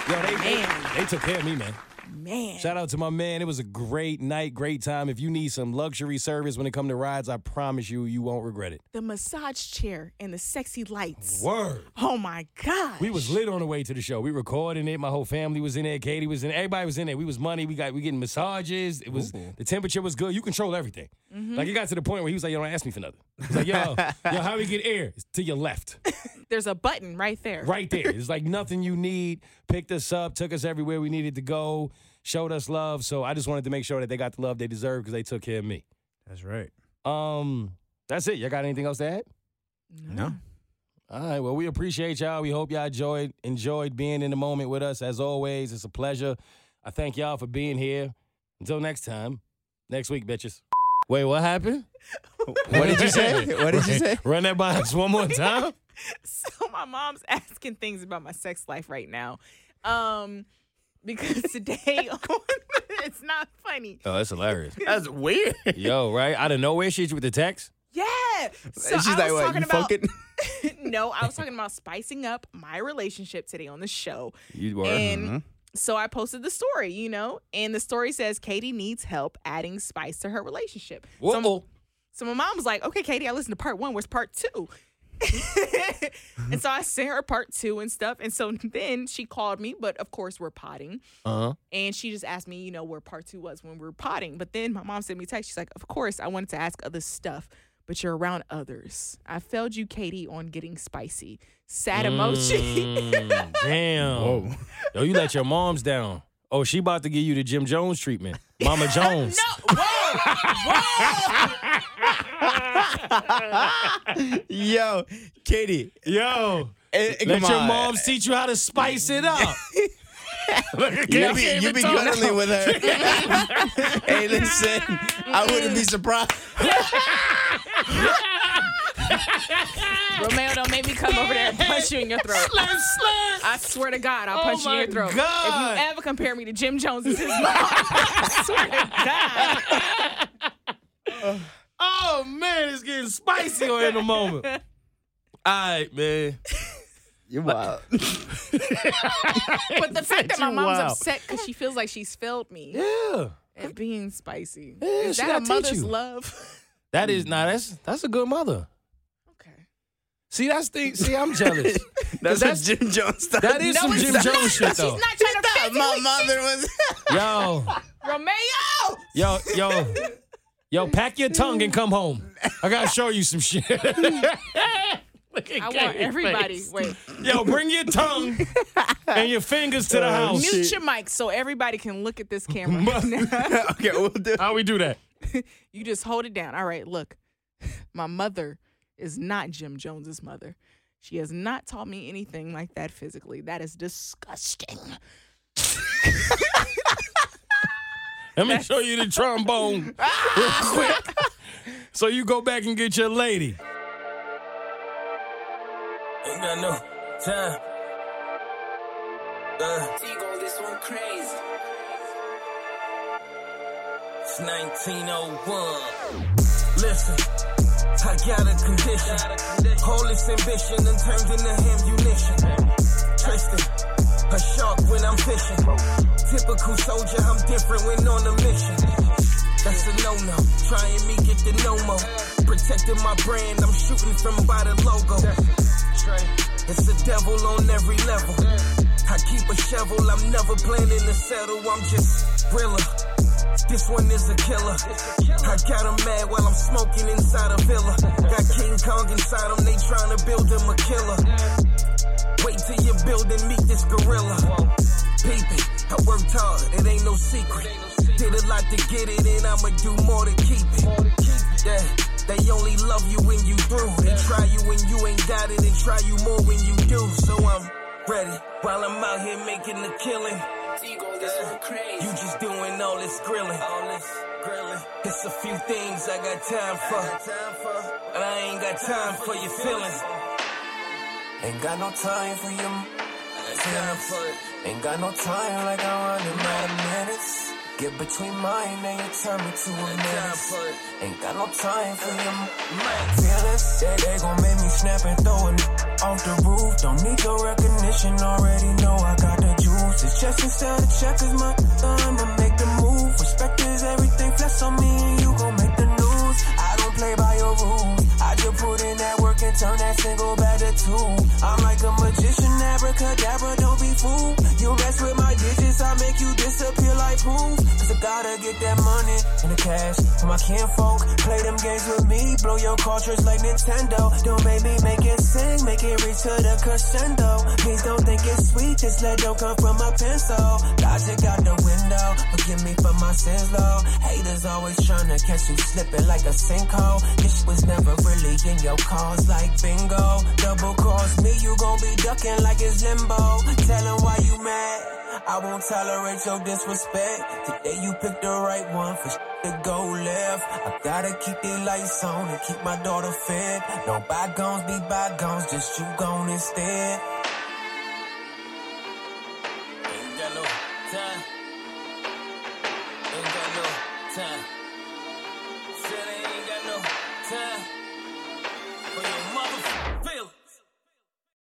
Speaker 2: Yo, they, they,
Speaker 5: Man.
Speaker 2: they took care of me, man.
Speaker 5: Man.
Speaker 2: Shout out to my man. It was a great night, great time. If you need some luxury service when it comes to rides, I promise you, you won't regret it.
Speaker 5: the massage chair and the sexy lights.
Speaker 2: Word.
Speaker 5: Oh my God.
Speaker 2: We was lit on the way to the show. We recording it. My whole family was in there. Katie was in there. Everybody was in there. We was money. We got we getting massages. It was the temperature was good. You control everything. Like it got to the point where he was like, "Yo, don't ask me for nothing." He's like, "Yo, yo, how we get air? It's to your left,
Speaker 5: There's a button right there.
Speaker 2: right there. It's like nothing you need." Picked us up, took us everywhere we needed to go, showed us love. So I just wanted to make sure that they got the love they deserved because they took care of me.
Speaker 1: That's right.
Speaker 2: Um, that's it. Y'all got anything else to add?
Speaker 1: No.
Speaker 2: All right. Well, we appreciate y'all. We hope y'all enjoyed enjoyed being in the moment with us. As always, it's a pleasure. I thank y'all for being here. Until next time, next week, bitches. Wait, what happened?
Speaker 1: What did you say? What did you say?
Speaker 2: Run that by us one more time.
Speaker 5: So my mom's asking things about my sex life right now. Um, because today on, it's not funny.
Speaker 2: Oh, that's hilarious.
Speaker 1: That's weird.
Speaker 2: Yo, right out of nowhere, she's with the text.
Speaker 5: Yeah. So
Speaker 1: She's
Speaker 5: I
Speaker 1: like,
Speaker 5: was
Speaker 1: what?
Speaker 5: talking
Speaker 1: You
Speaker 5: about
Speaker 1: fucking?
Speaker 5: no, I was talking about spicing up my relationship today on the show.
Speaker 2: You were. uh-huh.
Speaker 5: And so I posted the story, you know, and the story says Katie needs help adding spice to her relationship. So,
Speaker 2: Whoa.
Speaker 5: so my mom was like, okay, Katie, I listened to part one. Where's part two? and so I sent her part two and stuff. And so then she called me, but of course we're potting.
Speaker 2: Uh huh.
Speaker 5: And she just asked me, you know, where part two was when we were potting. But then my mom sent me a text. She's like, of course, I wanted to ask other stuff, but you're around others. I failed you, Katie, on getting spicy. Sad emoji.
Speaker 2: Damn. Yo, you let your moms down. Oh, she about to give you the Jim Jones treatment. Mama Jones.
Speaker 1: Yo, Katie.
Speaker 2: Yo.
Speaker 1: eh, eh,
Speaker 2: Let
Speaker 1: come
Speaker 2: your
Speaker 1: on.
Speaker 2: moms teach you how to spice it up.
Speaker 1: You be, you be cuddling with her. hey, listen, I wouldn't be surprised.
Speaker 5: Romeo, don't make me come over there and punch you in your throat. Oh I swear to God, I'll punch you in your throat.
Speaker 2: God.
Speaker 5: If you ever compare me to Jim Jones as his mom, I swear to God.
Speaker 2: Oh man, it's getting spicy on in a moment. All right, man.
Speaker 1: You're wild.
Speaker 5: But the fact that my
Speaker 2: you
Speaker 5: mom's
Speaker 2: wild.
Speaker 5: upset because she feels like she's failed me
Speaker 2: Yeah,
Speaker 5: at being spicy.
Speaker 2: Yeah,
Speaker 5: Is
Speaker 2: she
Speaker 5: that a
Speaker 2: gotta teach
Speaker 5: mother's
Speaker 2: you.
Speaker 5: love?
Speaker 2: that is nah. That's that's a good mother.
Speaker 5: Okay.
Speaker 2: See, that's the see. I'm jealous.
Speaker 1: That's, what Jim Jones thought.
Speaker 2: That is
Speaker 5: No,
Speaker 2: some
Speaker 5: it's
Speaker 2: Jim
Speaker 5: not.
Speaker 2: Jones shit though.
Speaker 5: She's not trying to
Speaker 1: Thought
Speaker 5: physically.
Speaker 1: my mother was.
Speaker 2: yo,
Speaker 5: Romeo!
Speaker 2: yo, yo, yo. Pack your tongue and come home. I gotta show you some shit.
Speaker 5: I want everybody. Wait.
Speaker 2: Yo, bring your tongue and your fingers to the house.
Speaker 5: Mute your mic so everybody can look at this camera.
Speaker 1: okay, we'll do.
Speaker 2: How we do that?
Speaker 5: You just hold it down. All right, look. My mother is not Jim Jones's mother. She has not taught me anything like that physically. That is disgusting.
Speaker 2: Let me show you the trombone real quick. So you go back and get your lady.
Speaker 4: Ain't got no time. Uh, this one crazy. It's 1901. Listen, I got a condition. Hold this ambition and turned into ammunition. Tristan, a shark when I'm fishing. Typical soldier, I'm different when on a mission. That's a no-no. Trying me get the no-mo. Protecting my brand, I'm shooting from by the logo. It's the devil on every level. I keep a shovel, I'm never planning to settle. I'm just realer. This one is a killer. I got 'em mad while I'm smoking inside a villa. Got King Kong inside 'em, they tryna build him a killer. Wait till you build and meet this gorilla. Peep it, I worked hard, it ain't no secret. Did a lot to get it, and I'ma do more to keep it. Yeah, they only love you when you through. They try you when you ain't got it, and try you more when you do. So I'm ready while I'm out here making the killing. Yeah, You just doing all this grilling. All this grilling. It's a few things I got time for. And I ain't got time for your feelings. Ain't got no time for you. Ain't got no time like I'm running out of minutes. Get between mine and you turn me to a menace. Ain't got no time for you. Feelings, they, they gon' make me snap and throw it off the roof. Don't need your recognition, already know I got the juice.
Speaker 6: Just instead of check is my thunder, make the move. Respect is everything, flex on me and you gon' make the news. I don't play by your rules. I just put in that work and turn that single back to two. I'm like a magician, abracadabra, don't be fooled. You mess with my digits, I make you disappear like poof. Cause I gotta get that money and the cash for my kinfolk. Play them games with me, blow your cultures like Nintendo. Don't make me make it sing, make it reach to the crescendo. Please don't think it's sweet, just let don't come from a pencil. Logic out the window, forgive me for my sins, though. Haters always trying to catch you slipping like a sinkhole. This was never really in your cause, like bingo. Double cross me, you gon' be ducking like it's limbo. Tell 'em why you mad. I won't tolerate your disrespect. Today you picked the right one for to go left. I gotta keep the lights on and keep my daughter fed. No bygones be bygones, just you gone instead. Ain't got no time. Ain't got no time.